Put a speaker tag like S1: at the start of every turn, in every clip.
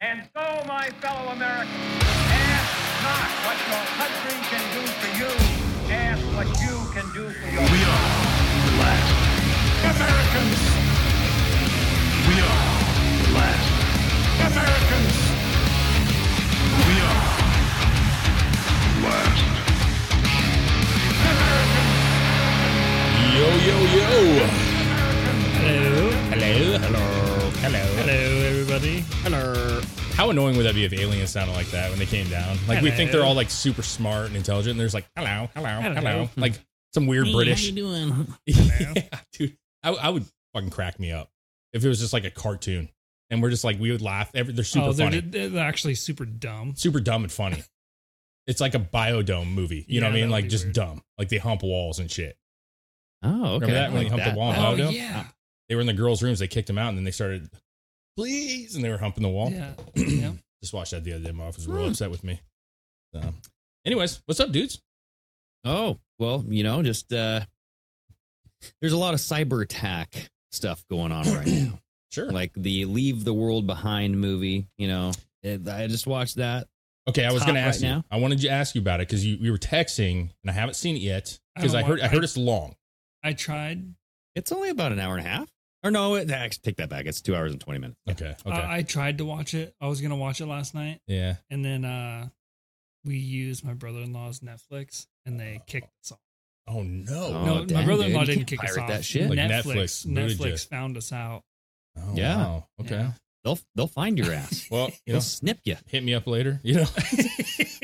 S1: And so, my fellow Americans, ask not what your country can do for you, ask what you can do for your
S2: We are the last Americans. We are the last Americans. We are the last Americans.
S3: Yo, yo, yo.
S4: Hello.
S3: Hello. Hello.
S4: Hello, everybody.
S3: Hello. How annoying would that be if aliens sounded like that when they came down? Like, we think they're all like super smart and intelligent, and there's like, hello, hello, hello.
S4: Hello.
S3: Like some weird British.
S4: doing?
S3: yeah, dude. I, I would fucking crack me up if it was just like a cartoon and we're just like, we would laugh. Every, they're super
S4: oh, they're,
S3: funny,
S4: they're actually super dumb.
S3: super dumb and funny. It's like a biodome movie. You
S4: Yeah,
S3: know what I
S4: that
S3: mean?
S4: would
S3: Like
S4: be
S3: just
S4: weird.
S3: dumb. Like they hump walls and shit.
S5: Oh, okay.
S3: Remember that when
S5: I
S3: they
S5: like
S3: humped the
S5: that.
S3: wall?
S4: Oh,
S3: no.
S4: yeah.
S3: They were in the girls' rooms. They kicked them out and then they started, please. And they were humping the wall.
S4: Yeah. yeah.
S3: Just watched that the other day. My wife was
S4: Hmm.
S3: real upset with me. So, anyways, what's up, dudes?
S5: Oh, well, you know, just uh there's a lot of cyber attack stuff going on right now.
S3: Sure.
S5: like the Leave the World Behind movie, you know. It- I just watched that.
S3: okay, I was
S5: top
S3: going to ask
S5: right
S3: you.
S5: now?
S3: I wanted to ask you about it because you we were texting and I haven't seen it yet
S4: I
S3: because I,
S4: don't
S3: heard
S4: want-
S3: I heard it's long.
S4: I tried.
S5: It's only about an hour and a half. Or no, it, actually, take that back. It's two hours and 20 minutes.
S3: Okay. Okay.
S4: I, I tried to watch it. I was going to watch it last night.
S3: yeah.
S4: And then uh, we used my brother in law's Netflix and they kicked us off.
S3: Oh no.
S5: Oh,
S4: no, my
S5: damn,
S4: brother in law
S5: dude. You
S4: didn't
S5: can't
S4: kick us
S5: pirate
S4: off.
S5: that shit.
S3: Like
S4: Netflix,
S3: Netflix booted
S4: Netflix,
S3: you.
S4: found us out.
S3: Oh,
S5: Yeah.
S3: wow. Okay.
S4: Yeah.
S5: They'll they'll find your ass.
S3: Well, you
S5: They'll
S3: know,
S5: snip you.
S3: hit me up later. You know,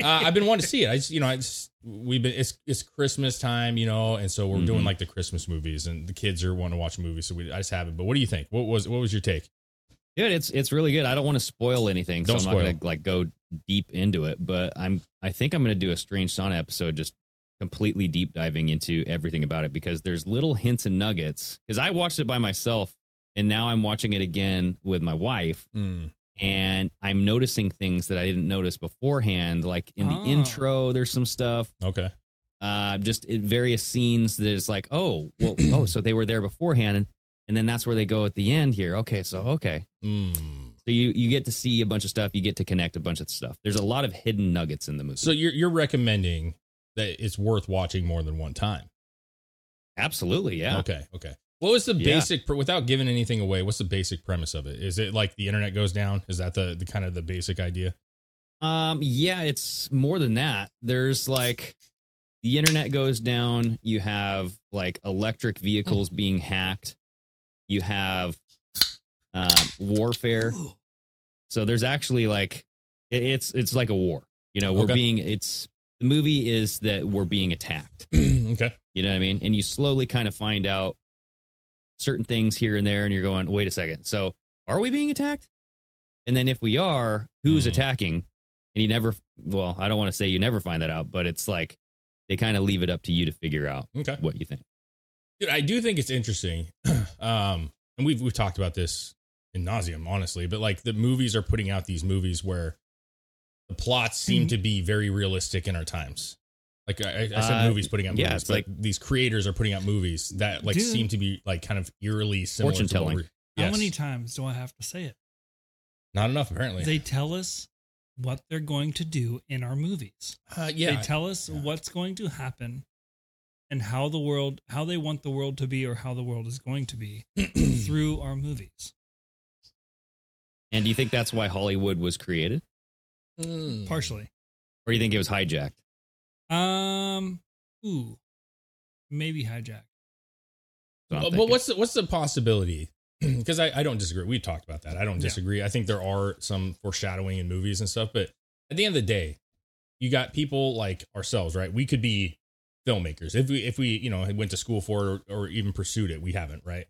S3: uh, I've been wanting to see it. I just, you know, I just we've been it's it's Christmas time, you know, and so we're doing
S4: Mm-hmm.
S5: Mhm.
S3: like the Christmas movies, and the kids are wanting to watch movies, so we I just haven't. But what do you think? What was what was your take?
S5: Dude, it's it's really good. I don't want to spoil anything, so
S3: Don't
S5: I'm
S3: spoil.
S5: not gonna like go deep into it. But I'm I think I'm gonna do a Strange Sauna episode, just completely deep diving into everything about it because there's little hints and nuggets. Because I watched it by myself, and now I'm watching it again with my wife,
S4: Mm.
S5: and I'm noticing things that I didn't notice beforehand. Like in
S4: Oh.
S5: the intro, there's some stuff
S3: Okay.
S5: uh, just in various scenes that is like, oh, well, oh, so they were there beforehand, and, and then that's where they go at the end here. Okay, so okay,
S3: Mm.
S5: so you you get to see a bunch of stuff, you get to connect a bunch of stuff. There's a lot of hidden nuggets in the movie.
S3: So you're you're recommending that it's worth watching more than one time.
S5: absolutely, yeah.
S3: Okay. Okay. What was the
S5: Yeah.
S3: basic pre- without giving anything away? What's the basic premise of it? Is it like the internet goes down? Is that the, the kind of the basic idea?
S5: Um, yeah, it's more than that. There's like the internet goes down. You have like electric vehicles
S3: Oh.
S5: being hacked. You have um, warfare. So there's actually like it- it's it's like a war. You know, we're
S3: Okay.
S5: being it's the movie is that we're being attacked.
S3: okay.
S5: You know what I mean? And you slowly kind of find out certain things here and there, and you're going, wait a second. So are we being attacked? And then if we are, who's
S4: Mm-hmm.
S3: Hmm.
S5: attacking? And you never, well, I don't want to say you never find that out, but it's like they kind of leave it up to you to figure out
S3: Okay.
S5: what you think.
S3: Dude, I do think it's interesting. um, and we've we've talked about this in nauseum, honestly, but like the movies are putting out these movies where the plots
S4: Mm-hmm.
S3: seem to be very realistic in our times. Like I, I I said,
S5: Uh,
S3: movies putting out
S5: yeah,
S3: movies,
S5: it's
S3: but
S5: like-
S3: these creators are putting out movies that like
S4: Dude.
S3: seem to be like kind of eerily similar.
S5: Fortune
S3: to what
S5: telling.
S3: we're-
S4: How
S3: Yes.
S4: many times do I have to say it?
S3: Not enough, apparently.
S4: They tell us what they're going to do in our movies.
S3: uh, yeah,
S4: They tell us
S3: Yeah.
S4: what's going to happen and how the world, how they want the world to be or how the world is going to be through our movies.
S5: And do you think that's why Hollywood was created?
S3: Mm.
S4: Partially.
S5: Or do you think it was hijacked?
S4: Um, ooh, maybe hijack. Uh,
S5: So
S3: But, but
S5: I'm thinking-
S3: what's the, what's the possibility? Because I, I don't disagree. We talked about that. I don't
S4: Yeah.
S3: disagree. I think there are some foreshadowing in movies and stuff. But at the end of the day, you got people like ourselves, right? We could be filmmakers if we if we you know had went to school for it or, or even pursued it. We haven't, right?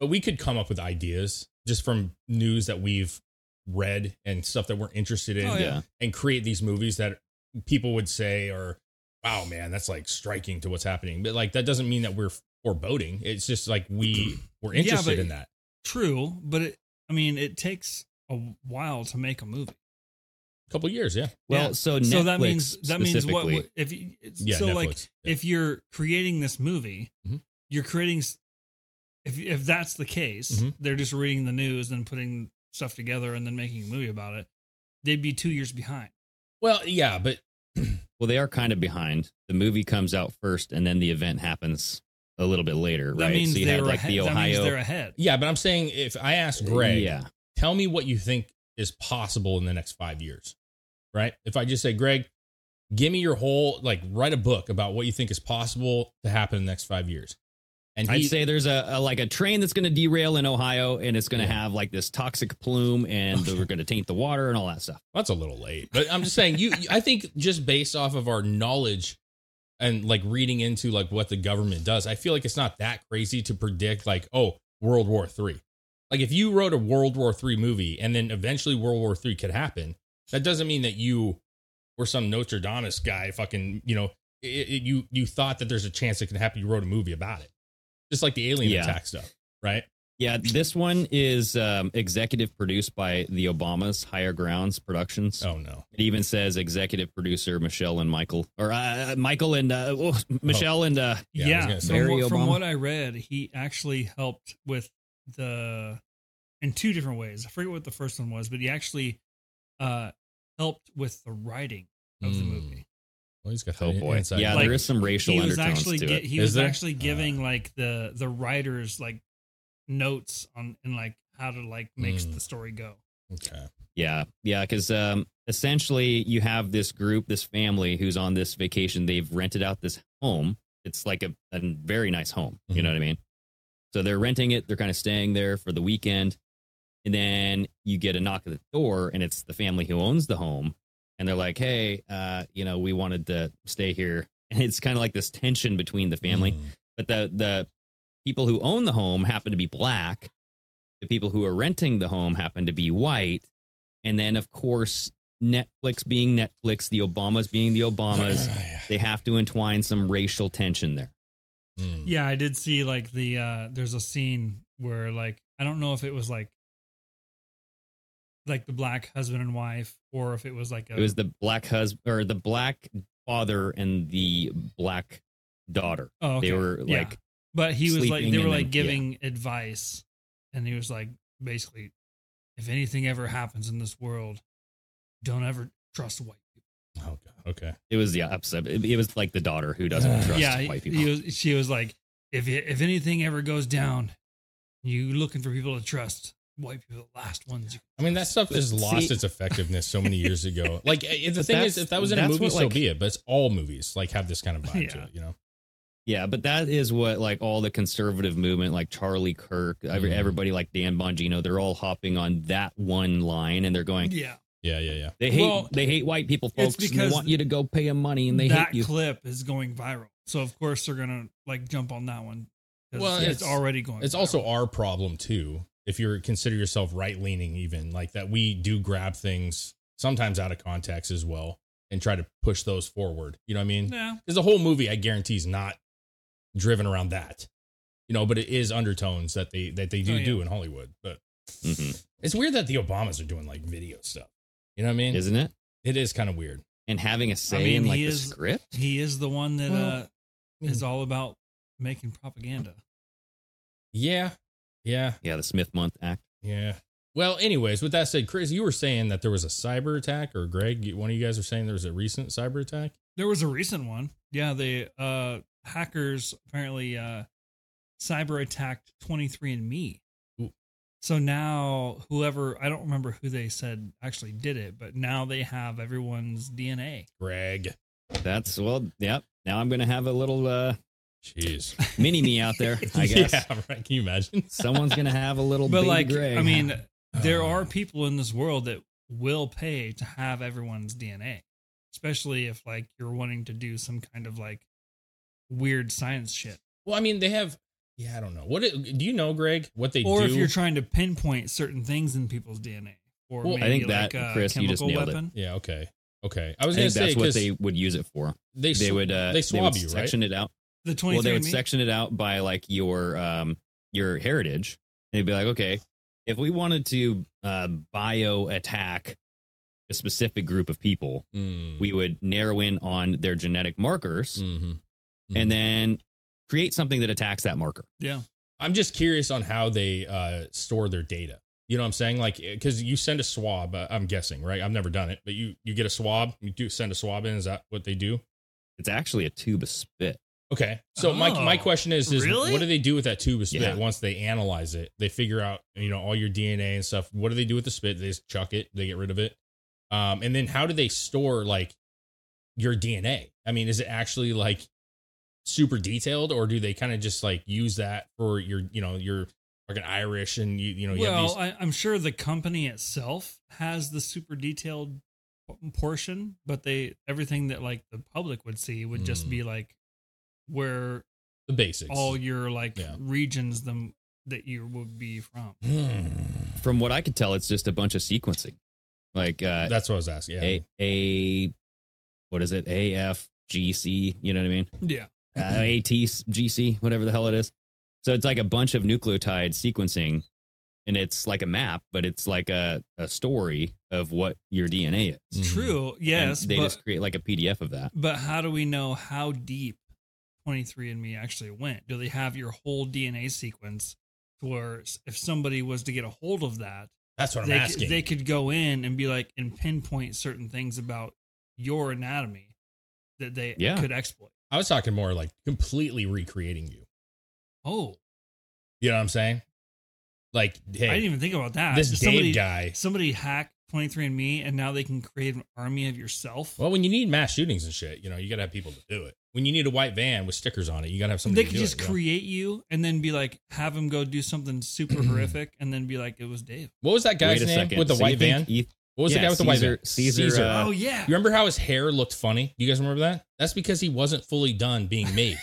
S3: But we could come up with ideas just from news that we've read and stuff that we're interested in,
S4: Oh,
S5: yeah.
S3: and create these movies that people would say are wow man that's like striking to what's happening but like that doesn't mean that we're foreboding it's just like we were
S4: Yeah,
S3: interested
S4: but-
S3: in that
S4: True, but it, I mean, it takes a while to make a movie.
S3: a couple years yeah
S5: Well,
S4: Yeah.
S5: so Netflix
S4: so that means that means what
S5: specifically-
S4: what- if you, it's-
S3: yeah
S4: so like
S3: Netflix. Yeah.
S4: if you're creating this movie,
S5: Mm-hmm.
S3: Mhm.
S4: you're creating s- if if that's the case,
S3: Mhm.
S5: Mm-hmm.
S4: they're just reading the news and putting stuff together and then making a movie about it. they'd be two years behind.
S3: Well, yeah, but
S5: Well, they are kind of behind. The movie comes out first, and then the event happens a little bit later,
S4: That
S5: right?
S4: means
S5: so you
S4: they're
S5: had like
S4: ahead.
S5: the
S4: That means they're
S5: Ohio.
S4: ahead.
S3: yeah, but I'm saying if I ask
S4: Uh,
S3: Greg,
S5: Yeah,
S3: tell me what you think is possible in the next five years, right? If I just say, Greg, give me your whole like write a book about what you think is possible to happen in the next five years, and
S5: I'd
S3: he,
S5: say there's a, a like a train that's going to derail in Ohio, and it's going to have like this toxic plume, and we're going to taint the water and all that stuff.
S3: that's a little late, but I'm just saying you. I think just based off of our knowledge and like reading into like what the government does, I feel like it's not that crazy to predict like oh World War Three. Like if you wrote a World War Three movie and then eventually World War Three could happen, that doesn't mean that you were some Notre Dame guy. Fucking you know it, it, you you thought that there's a chance it can happen. You wrote a movie about it, just like the alien
S5: Yeah.
S3: attack stuff, right?
S5: Yeah, this one is um, executive produced by the Obamas, Higher Grounds Productions.
S3: Oh no,
S5: It even says executive producer Michelle and Michael, or uh, Michael and uh, oh, Michelle and uh,
S3: Yeah,
S4: Yeah,
S3: I was gonna say.
S4: from,
S5: Barry
S4: what, from
S5: Obama.
S4: what I read, he actually helped with the in two different ways. I forget what the first one was, but he actually uh, helped with the writing of the
S3: Hmm.
S4: movie.
S3: well he's got
S5: oh
S3: the
S5: boy,
S3: inside
S5: yeah,
S3: joke.
S5: there is some racial
S4: He was
S5: undertones
S4: actually
S5: to
S4: gi-
S5: it. Uh.
S4: he
S3: Is
S4: was
S3: there?
S4: actually giving like the the writers like notes on and like how to like make
S3: Hmm.
S4: the story go.
S3: okay.
S5: Yeah, yeah, because um, essentially you have this group, this family who's on this vacation. They've rented out this home. It's like a, a very nice home. You know what I mean? So they're renting it. They're kind of staying there for the weekend, and then you get a knock at the door, and it's the family who owns the home, and they're like, "Hey, uh, you know, we wanted to stay here." And it's kind of like this tension between the family
S3: Hmm.
S5: but the the people who own the home happen to be black the people who are renting the home happen to be white and then of course netflix being netflix the obamas being the obamas
S3: Ah,
S5: they have to entwine some racial tension there
S3: Hmm.
S4: Yeah, I did see like the uh there's a scene where like I don't know if it was like like the black husband and wife or if it was like a
S5: it was the black husband or the black father and the black daughter
S4: oh, okay.
S5: they were
S4: Yeah.
S5: like
S4: but he was like
S5: sleeping
S4: they were
S5: and
S4: like
S5: then-
S4: giving advice and he was like basically if anything ever happens in this world don't ever trust white
S3: Oh god. Okay.
S5: it was yeah upset it, it was like the daughter who doesn't trust
S4: yeah,
S5: white
S4: he-
S5: people
S4: He was, she was like, if you- if anything ever goes down, you looking for people to trust. White people, are the last ones. you-
S3: I mean, that stuff has lost
S5: See-
S3: its effectiveness so many years ago. Like, eh, the
S5: But
S3: thing is,
S5: that's-
S3: if that was in a
S5: that's
S3: movie,
S5: what,
S3: so
S5: like-
S3: be it. But it's all movies like have this kind of vibe to
S4: Yeah.
S3: it, you know.
S5: Yeah, but that is what like all the conservative movement, like Charlie Kirk, every,
S3: Mhm.
S4: Mm-hmm.
S5: everybody like Dan Bongino, they're all hopping on that one line, and they're going,
S4: Yeah,
S3: Yeah, yeah, yeah.
S5: they hate
S4: Well,
S5: they hate white people,
S4: it's
S5: folks, and they
S4: because
S5: want you to go pay them money, and they hate
S4: that
S5: you.
S4: clip is going viral, so of course they're gonna like jump on that one. 'cause
S3: Well,
S4: it's,
S3: it's-
S4: already going.
S3: It's
S4: viral.
S3: also our problem too. If you're consider yourself right leaning, even like that, we do grab things sometimes out of context as well and try to push those forward. You know what I mean?
S4: yeah.
S3: Because the whole movie, I guarantee, is not driven around that. You know, but it is undertones that they that they do
S4: Oh, yeah.
S3: do in Hollywood. But
S5: Mhm.
S3: it's weird that the Obamas are doing like video stuff. You know what I mean?
S5: Isn't it?
S3: It is kind of weird.
S5: And having a say
S4: I mean,
S5: in like
S4: he
S5: the
S4: is-
S5: script.
S4: He is the one that
S3: Well,
S4: uh, is all about making propaganda.
S3: Yeah. Yeah.
S5: Yeah, the Smith Month Act.
S3: Yeah. Well, anyways, with that said, Chris, you were saying that there was a cyber attack, or Greg, you- one of you guys were saying there was a recent cyber attack.
S4: There was a recent one. Yeah, they uh, hackers apparently uh, cyber attacked 23andMe.
S3: Ooh.
S4: So now whoever I don't remember who they said actually did it, but now they have everyone's DNA.
S3: Greg.
S5: That's well, yep. Now I'm gonna have a little uh,
S3: Jeez.
S5: mini me out there. I guess
S3: Yeah, right. Can you imagine?
S5: someone's gonna have a little.
S4: But
S5: baby
S4: like,
S5: Greg.
S4: I mean, there
S3: Oh.
S4: are people in this world that will pay to have everyone's DNA, especially if like you're wanting to do some kind of like weird science shit,
S3: Well, I mean, they have. Yeah, I don't know. What it, do you know, Greg? What they
S4: or
S3: do?
S4: if you're trying to pinpoint certain things in people's DNA, or
S3: Well, I
S4: maybe
S5: think
S4: like
S5: that,
S4: a
S5: Chris, you just
S4: chemical
S5: nailed it.
S4: weapon.
S3: yeah. Okay. Okay. I was
S5: I
S3: gonna
S5: think
S3: say
S5: that's what
S3: because
S5: they
S3: they
S5: would use it for.
S3: they,
S5: They would uh,
S3: they swab
S5: would
S3: you, right?
S5: section it out.
S4: The 23andMe.
S5: well they would section it out by like your um your heritage and they'd be like okay if we wanted to uh bio attack a specific group of people
S3: Mm.
S5: we would narrow in on their genetic markers
S3: Mhm.
S5: and then create something that attacks that marker
S4: yeah.
S3: I'm just curious on how they uh, store their data. You know what I'm saying? Like, because you send a swab. uh, I'm guessing, right? I've never done it, but you you get a swab. You do send a swab in. Is that what they do?
S5: It's actually a tube of spit.
S3: Okay. So my my
S4: Oh,
S3: question is is
S4: really?
S3: what do they do with that tube of spit
S5: Yeah.
S3: once they analyze it? They figure out you know all your DNA and stuff. What do they do with the spit? They just chuck it. They get rid of it. Um, and then how do they store like your DNA? I mean, is it actually like super detailed, or do they kind of just like use that for your you know your fucking Irish and you
S5: oh,
S3: you know you have
S4: well,
S3: these-
S4: I, I'm sure the company itself has the super detailed p- portion, but they everything that like the public would see would just
S3: Mm.
S4: be like where
S3: the basics?
S4: all your like
S3: Yeah.
S4: regions them that you would be from.
S3: Hmm.
S5: From what I could tell, it's just a bunch of sequencing, like uh,
S3: That's what I was asking. Yeah.
S5: a a what is it? AFGC. You know what I mean?
S4: Yeah.
S5: uh, ATGC, whatever the hell it is. So it's like a bunch of nucleotide sequencing, and it's like a map, but it's like a, a story of what your DNA is.
S4: Mm-hmm.
S3: Mhm.
S4: True.
S5: Mm. And
S4: Yes,
S5: they
S4: but
S5: just create like a PDF of that.
S4: but how do we know how deep 23andme actually went? Do they have your whole DNA sequence to where s- if somebody was to get a hold of that,
S3: That's what I'm
S4: they
S3: asking.
S4: could, they could go in and be like and pinpoint certain things about your anatomy that they
S5: Yeah.
S4: could exploit.
S3: I was talking more like completely recreating you.
S4: Oh,
S3: You know what I'm saying? Like,
S4: I
S3: hey,
S4: didn't even think about that.
S3: this
S4: Did
S3: Dave
S4: somebody,
S3: guy.
S4: somebody hacked 23andme and now they can create an army of yourself.
S3: Well, when you need mass shootings and shit, you know, you gotta have people to do it. When you need a white van with stickers on it, you gotta have somebody.
S4: they
S3: to
S4: could
S3: do
S4: just
S3: it, you know?
S4: create you and then be like, have him go do something super horrific and then be like, it was Dave.
S3: What was that guy's
S5: Wait a
S3: name
S5: second.
S3: with the
S5: So you
S3: white van?
S5: think you-
S3: What was
S5: yeah,
S3: the guy with the
S5: Caesar-
S3: white van?
S5: Caesar, uh,
S4: oh, yeah.
S3: you remember how his hair looked funny? You guys remember that? That's because he wasn't fully done being made.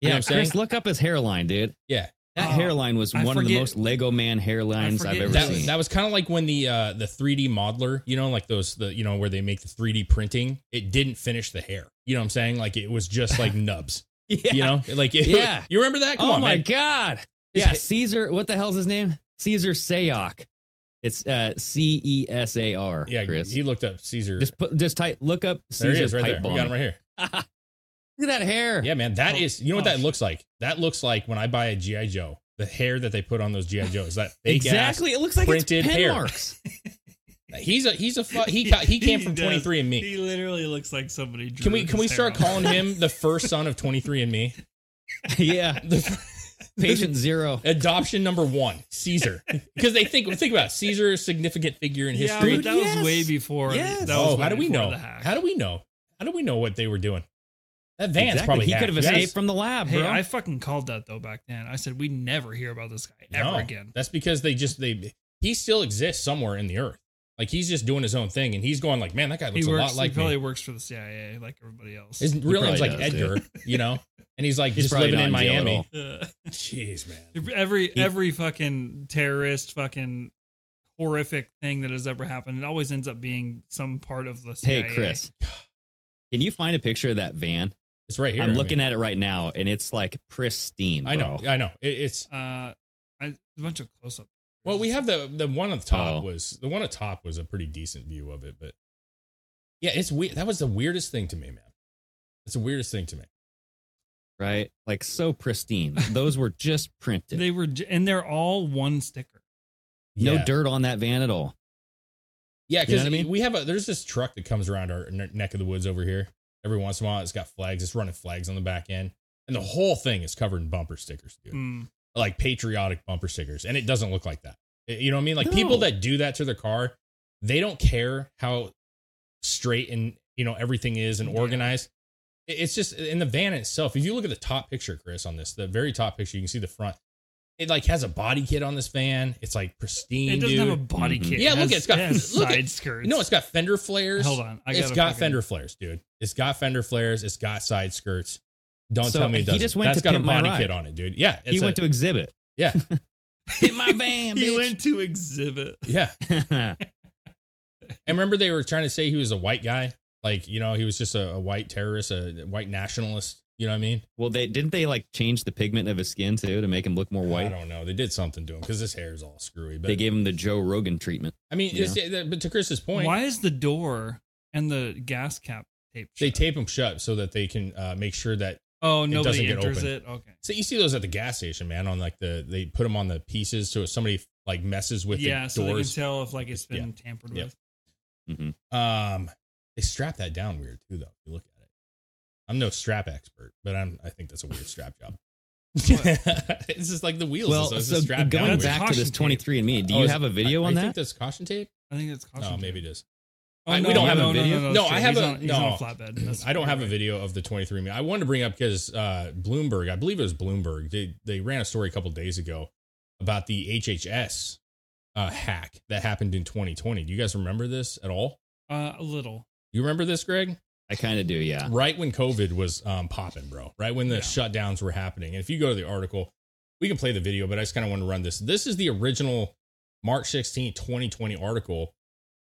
S3: You
S5: yeah,
S3: know what I'm saying?
S5: Chris, look up his hairline, dude.
S3: Yeah.
S5: That
S4: Oh,
S5: hairline was
S4: I
S5: one of the
S4: forget-
S5: most Lego man hairlines
S4: I forget
S5: I've ever
S4: his
S3: that,
S5: seen.
S3: that was kind of like when the uh, the 3D modeler, you know, like those the you know where they make the 3D printing. It didn't finish the hair. You know what I'm saying? Like it was just like nubs.
S5: yeah.
S3: You know, like it,
S5: Yeah.
S3: You remember that? Come
S5: oh
S3: on,
S5: my
S3: man.
S5: god.
S3: Yeah.
S5: Yeah, Caesar. What the hell's his name? Caesar Sayoc. It's uh, C E S A R.
S3: Yeah,
S5: Chris.
S3: he looked up Caesar.
S5: Just put, just type, look up
S3: there he
S5: Caesar
S3: is, right there.
S5: pipe
S3: We got him right here.
S5: right. Look at that hair.
S3: Yeah, man, that
S4: Oh,
S3: is. you know what
S4: oh,
S3: that looks like? That looks like when I buy a GI Joe, the hair that they put on those GI Joes. That fake
S5: exactly. It looks like
S3: printed
S5: it's pen
S3: hair.
S5: marks.
S3: Ass. He's a he's a fu- he ca- he came
S4: He
S3: from
S4: does.
S3: twenty three and me.
S4: He literally looks like somebody. Drew
S3: Can we can we
S4: his hair
S3: start
S4: on.
S3: calling him the first son of twenty three and me?
S5: yeah. Patient zero.
S3: Adoption number one, Caesar, because they think think about it, Caesar, is a significant figure in
S4: Yeah,
S3: history.
S4: but that
S5: Yes.
S4: was way before.
S5: Yes.
S4: That was
S3: oh, how
S4: way
S3: do we
S4: before
S3: know?
S4: The hack.
S3: How do we know? How do we know what they were doing? That van's
S5: Exactly.
S3: probably
S5: he
S3: hacked.
S5: could have
S3: You guys-
S5: escaped from the lab,
S4: hey,
S5: bro.
S4: I fucking called that though back then. I said we never hear about this guy ever
S3: No,
S4: again.
S3: That's because they just they he still exists somewhere in the earth. Like he's just doing his own thing, and he's going like, man, that guy
S4: He
S3: looks a
S4: works.
S3: lot like
S4: he probably
S3: me.
S4: works for the CIA, like everybody else.
S3: His real name's
S5: probably
S3: like
S5: does,
S3: Edgar, you know, and he's like
S5: He's
S3: just
S5: probably
S3: living in
S5: not in jail at
S3: Miami.
S5: all.
S4: Uh,
S3: Jeez, man.
S4: every every fucking terrorist, fucking horrific thing that has ever happened, it always ends up being some part of the CIA.
S5: hey, Chris. Can you find a picture of that van?
S3: It's right here.
S5: I'm looking at it right now, and it's like pristine.
S3: I know,
S5: bro.
S3: I know. It, it's
S4: Uh, I, a bunch of close up.
S3: well, we have the the one on the top
S5: Oh.
S3: was the one on top was a pretty decent view of it, but yeah, it's weird. That was the weirdest thing to me, man. It's the weirdest thing to me.
S5: right? Like so pristine. Those were just printed.
S4: They were, j- and they're all one sticker.
S5: no
S3: Yeah.
S5: dirt on that van at all.
S3: Yeah,
S5: You know
S3: because
S5: what I mean?
S3: we have a there's this truck that comes around our ne- neck of the woods over here every once in a while. It's got flags. It's running flags on the back end, and the whole thing is covered in bumper stickers, dude.
S4: Mm.
S3: Like patriotic bumper stickers, and it doesn't look like that. It- you know what I mean? Like people
S5: No.
S3: that do that to their car, they don't care how straight and you know everything is and
S4: Yeah.
S3: organized. It- It's just in the van itself. If you look at the top picture, Chris, on this, the very top picture, you can see the front. It like has a body kit on this van. It's like pristine.
S4: It doesn't
S3: dude.
S4: have a body
S5: Mhm.
S4: kit.
S3: Mm-hmm. Yeah,
S4: it
S3: look,
S4: has,
S3: it's got-
S4: it has
S3: look at-
S4: side skirts.
S3: No, it's got fender flares.
S4: Hold on, I
S3: it's
S4: gotta
S3: got
S4: fucking-
S3: fender flares, dude. It's got fender flares. It's got side skirts. Don't
S5: So
S3: tell me it
S5: he
S3: doesn't.
S5: just went
S3: That's
S5: to
S3: got a
S5: Pimp My
S3: body
S5: Ride.
S3: kit on it, dude. Yeah,
S5: he
S3: it's
S5: went
S3: a-
S5: to exhibit.
S3: yeah,
S5: Hit my van,
S4: He went to exhibit.
S3: yeah.
S5: bitch.
S3: And remember, they were trying to say he was a white guy, like you know, he was just a, a white terrorist, a white nationalist. You know what I mean?
S5: well, they didn't they like change the pigment of his skin too to make him look more
S3: I
S5: white.
S3: don't know. They did something to him because his hair is all screwy. But
S5: They gave him the Joe Rogan treatment.
S3: I mean,
S5: Yeah.
S3: it's, but to Chris's point,
S4: Why is the door and the gas cap taped?
S3: they
S4: shut?
S3: tape him shut so that they can uh, make sure that
S4: Oh,
S3: doesn't
S4: nobody
S3: get
S4: enters
S3: open.
S4: it. Okay.
S3: So you see those at the gas station, man. On like the they put them on the pieces, so if somebody like messes with
S4: yeah,
S3: the
S4: so they can
S3: doors.
S4: tell if like it's
S3: Yeah.
S4: been tampered
S3: Yeah.
S4: with.
S5: hmm
S3: um, they strap that down weird too, though. If you look at it, I'm no strap expert, but I'm I think that's a weird strap job. it's just like the wheels.
S5: Well,
S3: it's
S5: so
S3: just strapped down
S5: going
S3: weird.
S5: back to
S4: Caution
S5: this
S4: tape.
S5: 23 and me, do
S3: Oh,
S5: you
S3: is-
S5: have a video
S3: I-
S5: on
S3: I think
S5: that?
S3: that's caution tape.
S4: I think it's caution.
S3: No,
S4: tape.
S3: maybe it is.
S4: Oh,
S3: I- we don't have a
S5: video?
S4: that's
S3: No, I
S4: true.
S3: have
S4: he's
S3: a-
S4: on, he's
S3: no.
S4: on a flatbed. That's-
S3: I don't have a video of the 23 me. I wanted to bring up because uh, Bloomberg, I believe it was Bloomberg, they they ran a story a couple days ago about the HHS uh, hack that happened in 2020. Do you guys remember this at all?
S4: Uh, a little.
S3: You remember this, Greg?
S5: I kind of do, yeah.
S3: Right when COVID was um, popping, bro. Right when the shutdowns were happening. And if you go to the article, we can play the video, but I just kind of want to run this. This is the original March 16, 2020 article.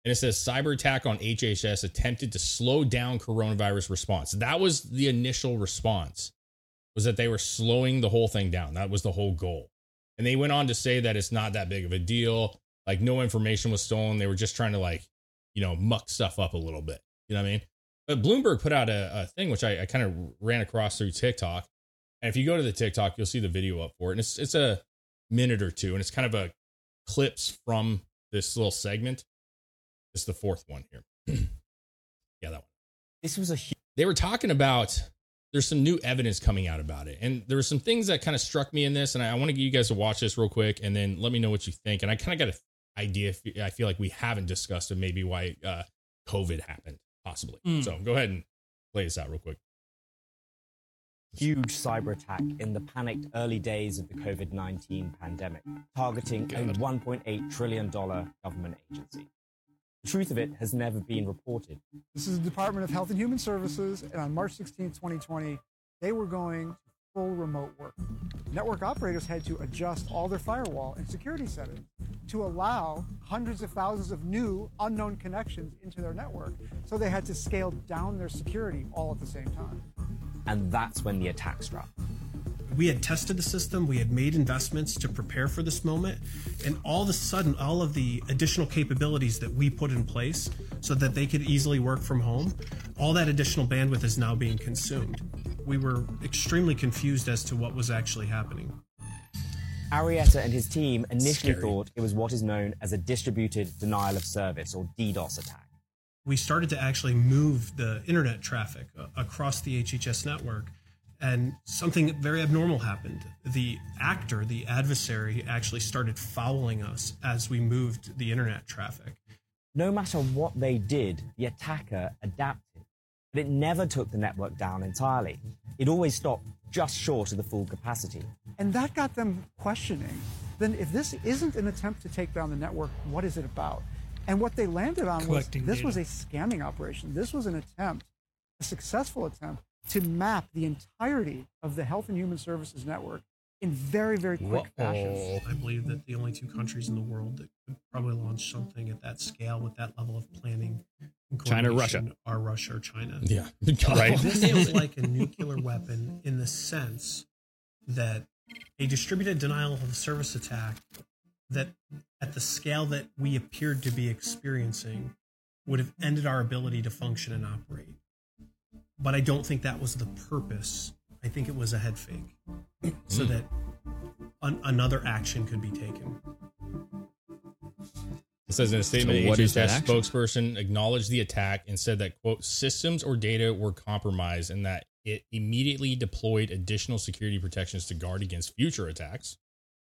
S3: And it says cyber attack on HHS attempted to slow down coronavirus response. That was the initial response was that they were slowing the whole thing down. That was the whole goal. And they went on to say that it's not that big of a deal. Like no information was stolen. They were just trying to like, you know, muck stuff up a little bit. You know what I mean? But Bloomberg put out a, a thing which I, I kind of ran across through TikTok. And if you go to the TikTok, you'll see the video up for it. And it's it's a minute or two, and it's kind of a clips from this little segment. It's the fourth one here. yeah, that one
S6: This was a huge
S3: they were talking about there's some new evidence coming out about it and there were some things that kind of struck me in this and i, want to get you guys to watch this real quick and then let me know what you think and i kind of got an idea if, i feel like we haven't discussed and maybe why uh, covid happened possibly
S4: Mm.
S3: so go ahead and play this out real quick
S6: huge cyber attack in the panicked early days of the COVID 19 pandemic, targeting a $1.8 trillion government agency. The truth of it has never been reported.
S7: This is the Department of Health and Human Services, and on March 16, 2020, they were going to full remote work. Network operators had to adjust all their firewall and security settings to allow hundreds of thousands of new unknown connections into their network. So they had to scale down their security all at the same time.
S6: And that's when the attack struck.
S8: We had tested the system, we had made investments to prepare for this moment, and all of a sudden, all of the additional capabilities that we put in place so that they could easily work from home, all that additional bandwidth is now being consumed. We were extremely confused as to what was actually happening.
S6: Arietta and his team initially
S3: Scary.
S6: thought it was what is known as a distributed denial of service or DDoS attack.
S8: we started to actually move the internet traffic uh, across the HHS network. And something very abnormal happened. The actor, the adversary, actually started fouling us as we moved the internet traffic.
S6: No matter what they did, the attacker adapted. But it never took the network down entirely. It always stopped just short of the full capacity.
S7: And that got them questioning. Then, if this isn't an attempt to take down the network, what is it about? And what they landed on
S4: Collecting
S7: was this
S4: data.
S7: was a scamming operation. This was an attempt, a successful attempt, to map the entirety of the Health and Human Services network in very, very quick fashion.
S8: I believe that the only two countries in the world that could probably launch something at that scale with that level of planning and
S5: China,
S8: coordination are Russia or China.
S3: yeah right
S8: This is like a nuclear weapon in the sense that a distributed denial of service attack that at the scale that we appeared to be experiencing would have ended our ability to function and operate. But I don't think that was the purpose. I think it was a head fake
S3: Hmm.
S8: so that an- another action could be taken.
S3: It says in a statement,
S5: So what is that
S3: HHS
S5: action?
S3: spokesperson acknowledged the attack and said that quote systems or data were compromised and that it immediately deployed additional security protections to guard against future attacks.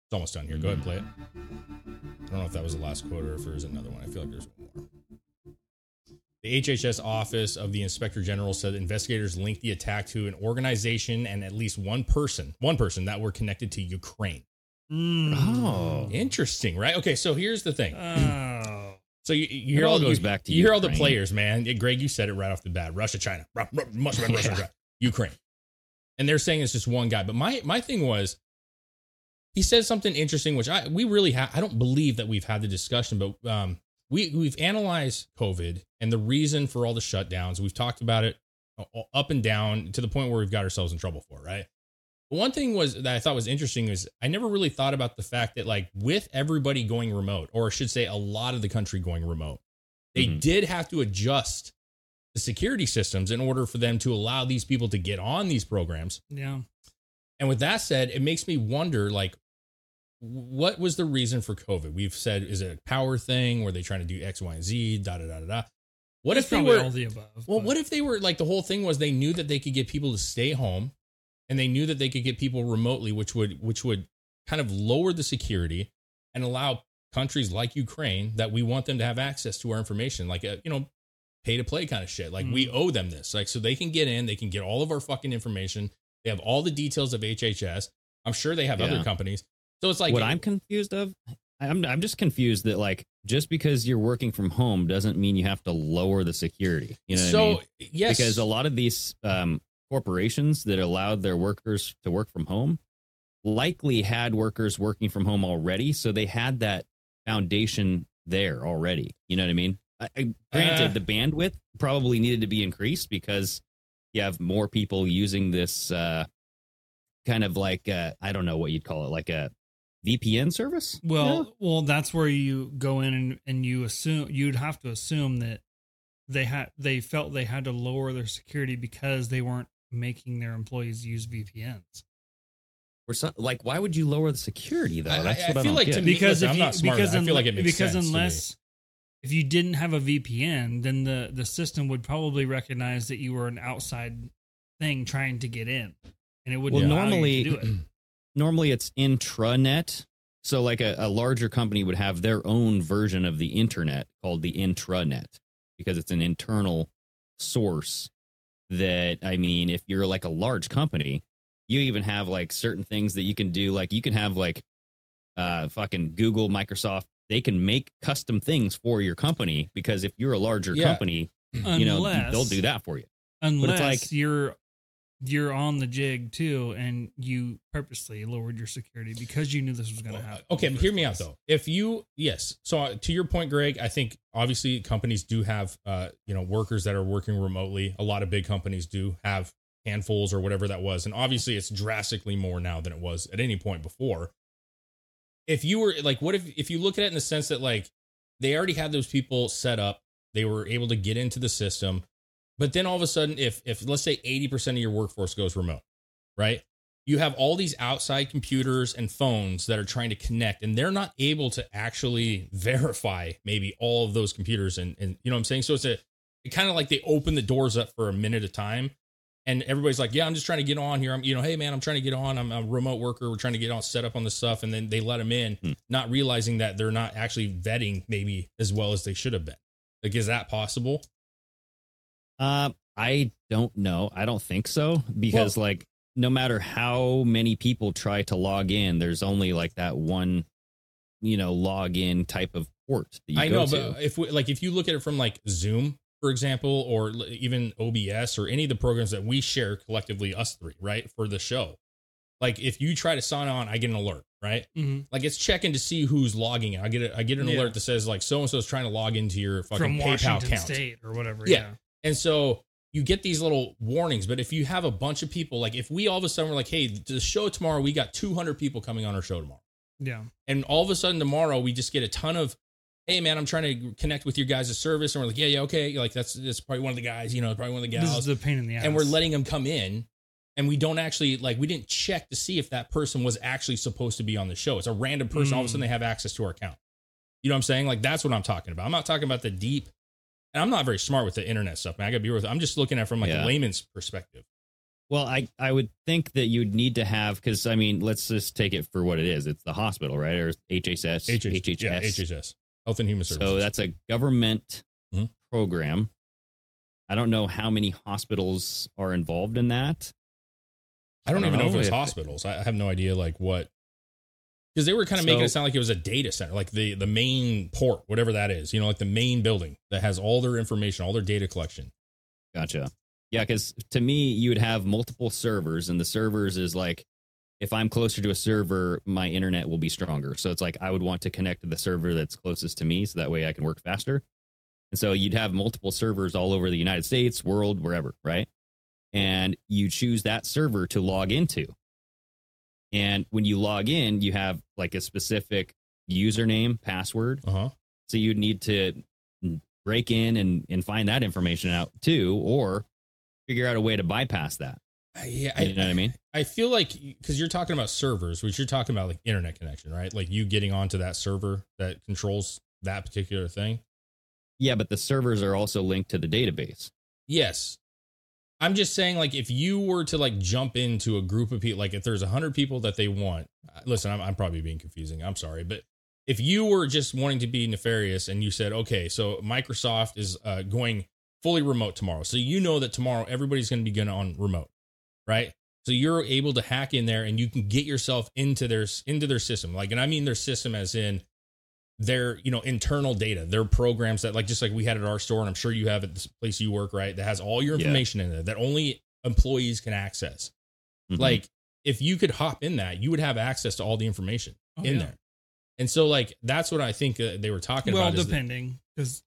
S3: It's almost done here. Go ahead and play it. I don't know if that was the last quote or if there's another one. I feel like there's one more. The HHS office of the Inspector General said investigators linked the attack to an organization and at least one person, one person that were connected to Ukraine. Mm.
S4: Mm.
S5: Oh.
S3: Interesting, right? Okay, so here's the thing.
S4: Oh,
S3: So you, you hear
S5: It all
S3: all
S5: goes
S3: you,
S5: back to
S3: you hear all the
S5: Ukraine.
S3: players, man. Yeah, Greg, you said it right off the bat. Russia, China, Ru- Ru- must have been Russia,
S5: Yeah.
S3: Russia, Ukraine, and they're saying it's just one guy. But my my thing was, he said something interesting, which I we really ha- I don't believe that we've had the discussion, but um, we we've analyzed COVID and the reason for all the shutdowns. We've talked about it uh, up and down to the point where we've got ourselves in trouble for it, right. But One thing was that I thought was interesting is I never really thought about the fact that like with everybody going remote, or I should say a lot of the country going remote, they
S5: Mhm.
S3: did have to adjust the security systems in order for them to allow these people to get on these programs.
S4: yeah.
S3: And with that said, it makes me wonder like what was the reason for COVID? We've said, is it a power thing? Were they trying to do X, Y, and Z? Da da da da. da. What
S4: It's
S3: if they
S4: probably
S3: were?
S4: all the above?
S3: well,
S4: but-
S3: what if they were like the whole thing was they knew that they could get people to stay home, and they knew that they could get people remotely, which would which would kind of lower the security and allow countries like Ukraine that we want them to have access to our information, like a, you know, pay to play kind of shit. Like
S5: Mm.
S3: we owe them this, like so they can get in, they can get all of our fucking information. They have all the details of HHS. I'm sure they have
S5: Yeah.
S3: other companies. So it's like
S5: what I'm confused of, I'm I'm just confused that like just because you're working from home doesn't mean you have to lower the security. You know, what I
S3: so
S5: mean?
S3: yes,
S5: because a lot of these um, corporations that allowed their workers to work from home likely had workers working from home already, so they had that foundation there already. You know what I mean? I, I, granted,
S3: Uh.
S5: the bandwidth probably needed to be increased because you have more people using this uh, kind of like uh, I don't know what you'd call it, like a VPN service.
S4: Well, well, that's where you go in and, and you assume you'd have to assume that they had they felt they had to lower their security because they weren't making their employees use VPNs.
S5: or so, like why would you lower the security though?
S3: I- I-
S5: That's
S3: I
S5: what
S3: feel
S5: I, don't
S3: like to
S5: get.
S3: me-
S4: Because
S3: listen,
S4: if
S3: I'm
S4: you,
S3: not smart.
S4: because
S3: I feel
S4: unle-
S3: like it makes
S4: because
S3: sense to me.
S4: unless if you didn't have a VPN, then the the system would probably recognize that you were an outside thing trying to get in, and it would
S5: Well,
S4: not normally you
S5: normally-
S4: to do it.
S5: normally it's intranet. So like a, a larger company would have their own version of the internet called the intranet because it's an internal source that I mean, if you're like a large company, you even have like certain things that you can do. Like you can have like uh fucking Google, Microsoft, they can make custom things for your company because if you're a larger
S3: Yeah.
S5: company,
S4: Unless,
S5: you know, they'll do that for you.
S4: unless
S5: like-
S4: you're you're on the jig too and you purposely lowered your security because you knew this was going to
S3: Well, uh,
S4: happen
S3: Okay, but hear me out though. If you yes, so uh, to your point, Greg, I think obviously companies do have uh, you know workers that are working remotely. A lot of big companies do have handfuls or whatever that was, and obviously it's drastically more now than it was at any point before. If you were like, what if if you look at it in the sense that like they already had those people set up, they were able to get into the system, but then all of a sudden, if if let's say eighty percent of your workforce goes remote, right? you have all these outside computers and phones that are trying to connect and they're not able to actually verify maybe all of those computers and, and you know what i'm saying so it's a it kind of like they open the doors up for a minute at a time and everybody's like yeah i'm just trying to get on here i'm you know hey man i'm trying to get on i'm a remote worker we're trying to get on set up on this stuff and then they let them in
S5: Hmm.
S3: not realizing that they're not actually vetting maybe as well as they should have been like is that possible
S5: Um, I don't know. I don't think so because like no matter how many people try to log in, there's only like that one, you know, login type of port that you
S3: I
S5: go
S3: know,
S5: to.
S3: but if we, like if you look at it from like Zoom, for example, or l- even OBS or any of the programs that we share collectively, us three, right, for the show, like if you try to sign on, I get an alert, right?
S4: Mhm.
S3: Like it's checking to see who's logging. in. I get a, I get an
S4: Yeah.
S3: alert that says like so and so is trying to log into your
S4: from
S3: fucking PayPal
S4: washington
S3: account,
S4: state or whatever yeah,
S3: Yeah. and so. You get these little warnings, but if you have a bunch of people, like if we all of a sudden were like, "Hey, the show tomorrow, we got 200 people coming on our show tomorrow,"
S4: yeah.
S3: And all of a sudden tomorrow we just get a ton of, hey man, I'm trying to connect with your guys' service, and we're like, yeah, yeah, okay, like that's that's probably one of the guys, you know, probably one of the
S4: this is
S3: gals,
S4: the pain in the ass
S3: and we're letting them come in, and we don't actually like we didn't check to see if that person was actually supposed to be on the show. It's a random person. All of a
S4: Mm.
S3: sudden they have access to our account. You know what I'm saying? Like that's what I'm talking about. I'm not talking about the deep. And I'm not very smart with the internet stuff, man. I gotta be real with. you. I'm just looking at it from like
S5: Yeah.
S3: a layman's perspective.
S5: Well, I, I would think that you'd need to have because I mean, let's just take it for what it is. It's the hospital, right? Or HHS, HHS.
S3: Yeah, HHS, Health and Human Services.
S5: So that's a government
S3: Mhm.
S5: program. I don't know how many hospitals are involved in that.
S3: I don't,
S5: I don't
S3: even know, if
S5: know
S3: it was
S5: if-
S3: hospitals. I I have no idea like what because they were kind of making
S5: So-
S3: it sound like it was a data center, like the the main port, whatever that is, you know, like the main building that has all their information, all their data collection.
S5: Gotcha. Yeah, because to me, you would have multiple servers, and the servers is like, if I'm closer to a server, my internet will be stronger. So it's like I would want to connect to the server that's closest to me, so that way I can work faster. And so you'd have multiple servers all over the United States, world, wherever, right? And you choose that server to log into. And when you log in, you have like a specific username, password,
S3: Uh huh.
S5: so you'd need to break in and, and find that information out too, or figure out a way to bypass that.
S3: yeah, I,
S5: You know what I mean?
S3: I feel like because you're talking about servers, which you're talking about like internet connection, right? Like you getting onto that server that controls that particular thing.
S5: Yeah, but the servers are also linked to the database.
S3: Yes. I'm just saying, like, if you were to like jump into a group of people, like, if there's a hundred people that they want, uh, listen, I'm, I'm probably being confusing. I'm sorry, but if you were just wanting to be nefarious and you said, okay, so Microsoft is uh, going fully remote tomorrow, so you know that tomorrow everybody's going to be going on remote, right? So you're able to hack in there and you can get yourself into their into their system, like, and I mean their system as in their you know internal data their programs that like just like we had at our store and i'm sure you have at this place you work right that has all your
S5: Yeah.
S3: information in there that only employees can access
S4: Mm-hmm.
S5: Mhm.
S3: like if you could hop in that you would have access to all the information
S4: Oh,
S3: in
S4: yeah.
S3: there and so like that's what i think uh, they were talking
S4: well,
S3: about is that-
S4: depending because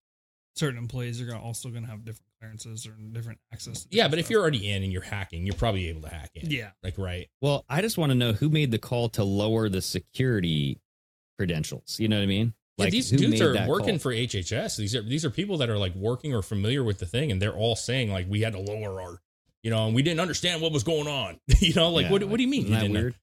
S4: certain employees are gonna, also going to have different clearances or different access. to
S3: yeah
S4: different
S3: but if
S4: stuff.
S3: you're already in and you're hacking you're probably able to hack in
S4: yeah,
S3: like right
S5: Well, I just want to know who made the call to lower the security credentials. You know what I mean?
S3: Yeah, these
S5: who
S3: dudes
S5: made
S3: are
S5: that
S3: working
S5: call?
S3: for HHS. These are these are people that are like working or familiar with the thing, and they're all saying like we had to lower our, you know, and we didn't understand what was going on. you know, like
S5: Yeah,
S3: what what do you mean?
S5: Isn't
S3: you
S5: that
S3: didn't know?
S5: weird?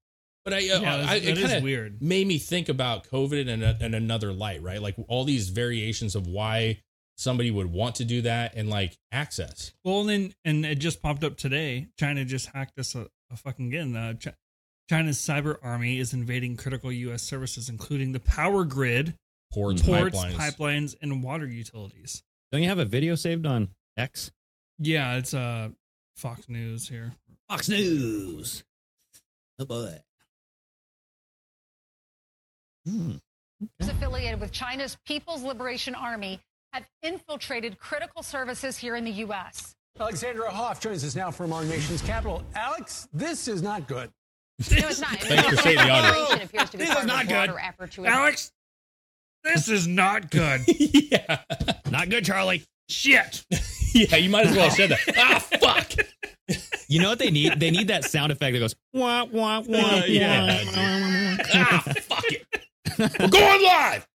S3: But I, uh,
S4: yeah
S3: I
S4: that
S3: it
S4: is
S3: kind of
S4: weird.
S3: made me think about COVID and a, in another light, right? Like all these variations of why somebody would want to do that and like access.
S4: Well, and then and it just popped up today. China just hacked us a, a fucking again. Uh, Ch- China's cyber army is invading critical U.S. services, including the power grid,
S3: Ports,
S4: ports,
S3: pipelines.
S4: pipelines, and water utilities.
S5: Don't you have a video saved on X?
S4: Yeah, it's uh Fox News here.
S5: Fox News. Oh boy. Hmm.
S9: affiliated with China's People's Liberation Army have infiltrated critical services here in the U.S.
S10: Alexandra Hoff joins us now from our nation's capital. Alex, this is not good.
S9: No, it's not.
S3: Thanks for saving the audience.
S9: Liberation appears to be
S4: This is
S9: part of a
S4: not good.
S9: broader effort to
S4: Alex, this is not good.
S3: yeah,
S5: Not good, Charlie.
S4: Shit.
S3: yeah. You might as well have said that. ah, fuck.
S5: You know what they need? They need that sound effect that goes wah wah
S4: Uh,
S5: wah.
S3: yeah, dude. ah, fuck it. We're going live.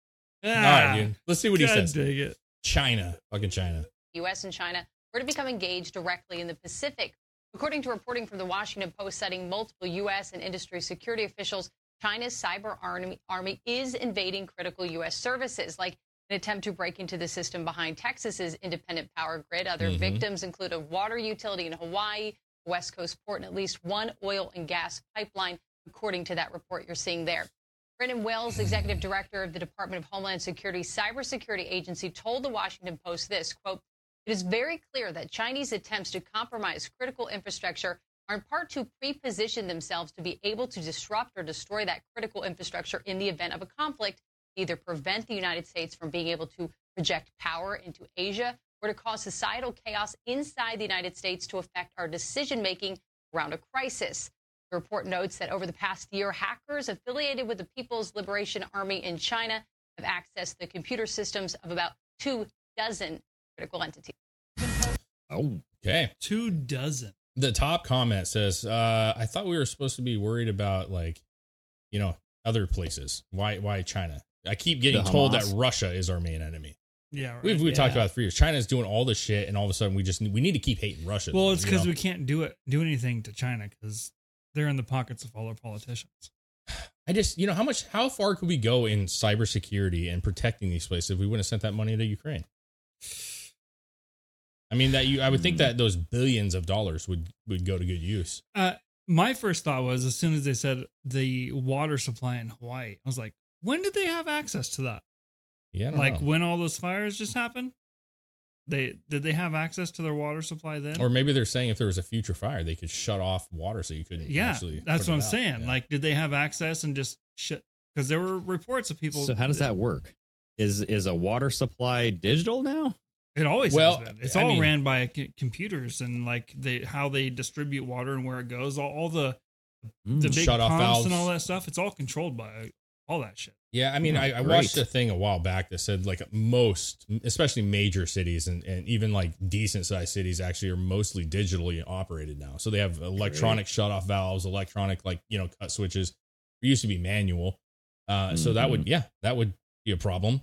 S3: All right, dude. Let's see what he
S4: Ah. God
S3: says.
S4: dig it.
S3: China, fucking China.
S9: U.S. and China were to become engaged directly in the Pacific. According to reporting from the Washington Post, citing multiple U.S. and industry security officials, China's cyber army, army is invading critical U.S. services, like an attempt to break into the system behind Texas's independent power grid. Other
S3: Mhm.
S9: victims include a water utility in Hawaii, a West Coast port, and at least one oil and gas pipeline, according to that report you're seeing there. Brendan Wells, executive director of the Department of Homeland Security's cybersecurity agency, told the Washington Post this quote, It is very clear that Chinese attempts to compromise critical infrastructure are in part to pre-position themselves to be able to disrupt or destroy that critical infrastructure in the event of a conflict, either prevent the United States from being able to project power into Asia or to cause societal chaos inside the United States to affect our decision making around a crisis. The report notes that over the past year, hackers affiliated with the People's Liberation Army in China have accessed the computer systems of about two dozen critical entities.
S5: Oh,
S3: Okay.
S4: Two dozen.
S3: the top comment says, uh, "I thought we were supposed to be worried about like, you know, other places. Why? Why China? I keep getting
S5: The
S3: told that
S5: Hamas?
S3: Russia is our main enemy.
S4: Yeah. Right.
S3: We've we have talked
S5: yeah.
S3: about it for years. China's doing all this shit, and all of a sudden we just we need to keep hating Russia.
S4: well, it's
S3: you
S4: because
S3: know?
S4: we can't do it, do anything to China because they're in the pockets of all our politicians.
S3: I just you know how much how far could we go in cybersecurity and protecting these places if we wouldn't have sent that money to Ukraine? I mean that you I would think
S5: Hmm.
S3: that those billions of dollars would would go to good use.
S4: Uh, my first thought was as soon as they said the water supply in Hawaii, I was like, when did they have access to that?
S3: Yeah, I don't
S4: Like
S3: know.
S4: when all those fires just happened? They did they have access to their water supply then?
S3: Or maybe they're saying if there was a future fire, they could shut off water so you couldn't.
S4: yeah,
S3: actually
S4: that's what
S3: put it
S4: I'm
S3: out.
S4: saying.
S3: Yeah.
S4: Like, did they have access and just shit? Because there were reports of people.
S5: so how does that work? Is is a water supply digital now?
S4: It always
S3: Well,
S4: has been. It's
S3: I
S4: all
S3: mean-
S4: ran by c- computers and like they how they distribute water and where it goes. All, all the
S5: Hmm.
S4: the big
S3: Shut-off
S4: pumps
S3: Mm, valves.
S4: and all that stuff. It's all controlled by all that shit.
S3: yeah. I mean,
S5: Yeah,
S3: I, I
S5: great.
S3: watched a thing a while back that said like most, especially major cities and, and even like decent sized cities, actually are mostly digitally operated now. So they have electronic shut off valves, electronic like you know cut switches. It used to be manual, uh, so that
S5: Mm-hmm.
S3: would yeah, that would be a problem.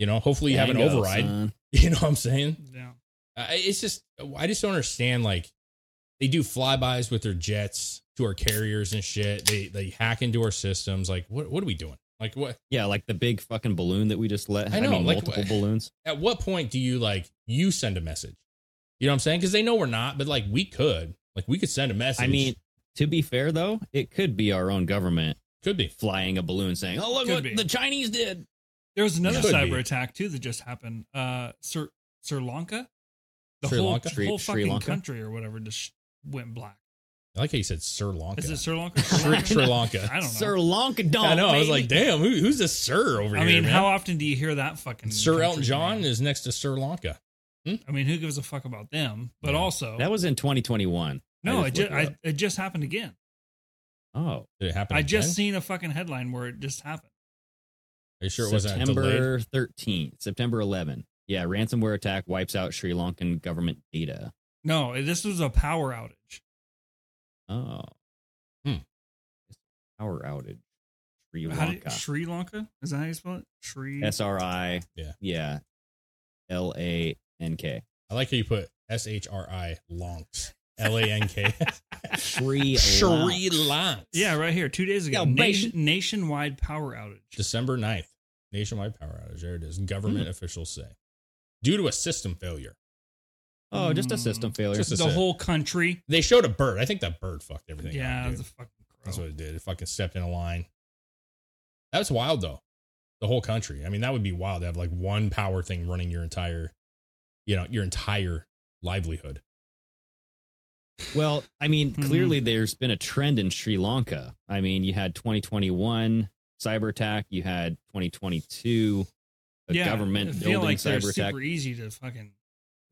S3: You know, hopefully you have an
S5: Django,
S3: override.
S5: son.
S3: You know what I'm saying?
S4: Yeah.
S3: I- it's just I just don't understand like they do flybys with their jets to our carriers and shit. They they hack into our systems. Like what what are we doing? Like what
S5: Yeah, like the big fucking balloon that we just let.
S3: I
S5: I,
S3: know,
S5: mean,
S3: like,
S5: multiple
S3: wha-
S5: balloons.
S3: at what point do you like you send a message? You know what I'm saying? Because they know we're not, but like we could, like we could send a message.
S5: I mean, to be fair though, it could be our own government
S3: could be.
S5: flying a balloon saying, "Oh look
S4: Could
S5: what
S4: be.
S5: the Chinese did."
S4: There was another
S3: Could
S4: cyber
S3: be.
S4: attack too that just happened. Uh, Sri Sri Lanka, the
S3: Sri
S4: whole,
S3: Lanka?
S4: whole fucking
S5: Sri- Sri Lanka?
S4: country or whatever just went black.
S3: I like how you said Sri Lanka.
S4: Is it Sri Lanka?
S3: Sri, Sri Lanka.
S4: I don't know.
S5: Sri Lanka don't.
S3: I know. I was
S5: Oh, baby.
S3: like, damn, who, who's this Sir over
S4: I
S3: here?
S4: mean,
S3: man?
S4: how often do you hear that fucking
S3: Sir Elton
S4: country's
S3: John
S4: name?
S3: is next to Sri Lanka.
S4: I mean, who gives a fuck about them? But also,
S5: that was in 2021.
S4: no,
S5: I
S4: it
S5: just
S4: just
S5: looked it
S4: I, it just happened again.
S5: Oh,
S3: Did it happen?
S4: I just
S3: again?
S4: seen a fucking headline where it just happened.
S3: Are you sure it wasn't delayed?
S5: September 13th, September 11th. Yeah, ransomware attack wipes out Sri Lankan government data.
S4: No, this was a power outage.
S5: Oh,
S3: Hmm.
S5: power outage. Sri
S4: How did-
S5: Lanka.
S4: Sri Lanka is that how you spell it? Sri.
S5: S R I.
S3: Yeah.
S5: Yeah. L A N K.
S3: I like how you put S H R I Lonks. L A N K.
S5: Sri
S3: Lanka.
S4: Yeah, right here, two days ago,
S5: Yeah,
S4: nation,
S5: baby.
S4: nationwide power outage.
S3: December 9th, nationwide power outage. There it is. Government officials say due to a system failure.
S5: Oh, just a system failure.
S3: Just a-
S4: the
S3: it.
S4: whole country.
S3: They showed a bird. I think that bird fucked everything.
S4: Yeah,
S3: up,
S4: it's
S3: dude.
S4: a fucking crow.
S3: that's what it did. It fucking stepped in a line. That was wild though. The whole country. I mean, that would be wild to have like one power thing running your entire, you know, your entire livelihood.
S5: well, I mean,
S3: Hmm.
S4: Mhm.
S5: clearly there's been a trend in Sri Lanka. I mean, you had 2021 cyber attack, you had 2022 a
S4: I
S5: government
S4: feel
S5: building
S4: like they're
S5: cyber attack.
S4: Super easy to fucking.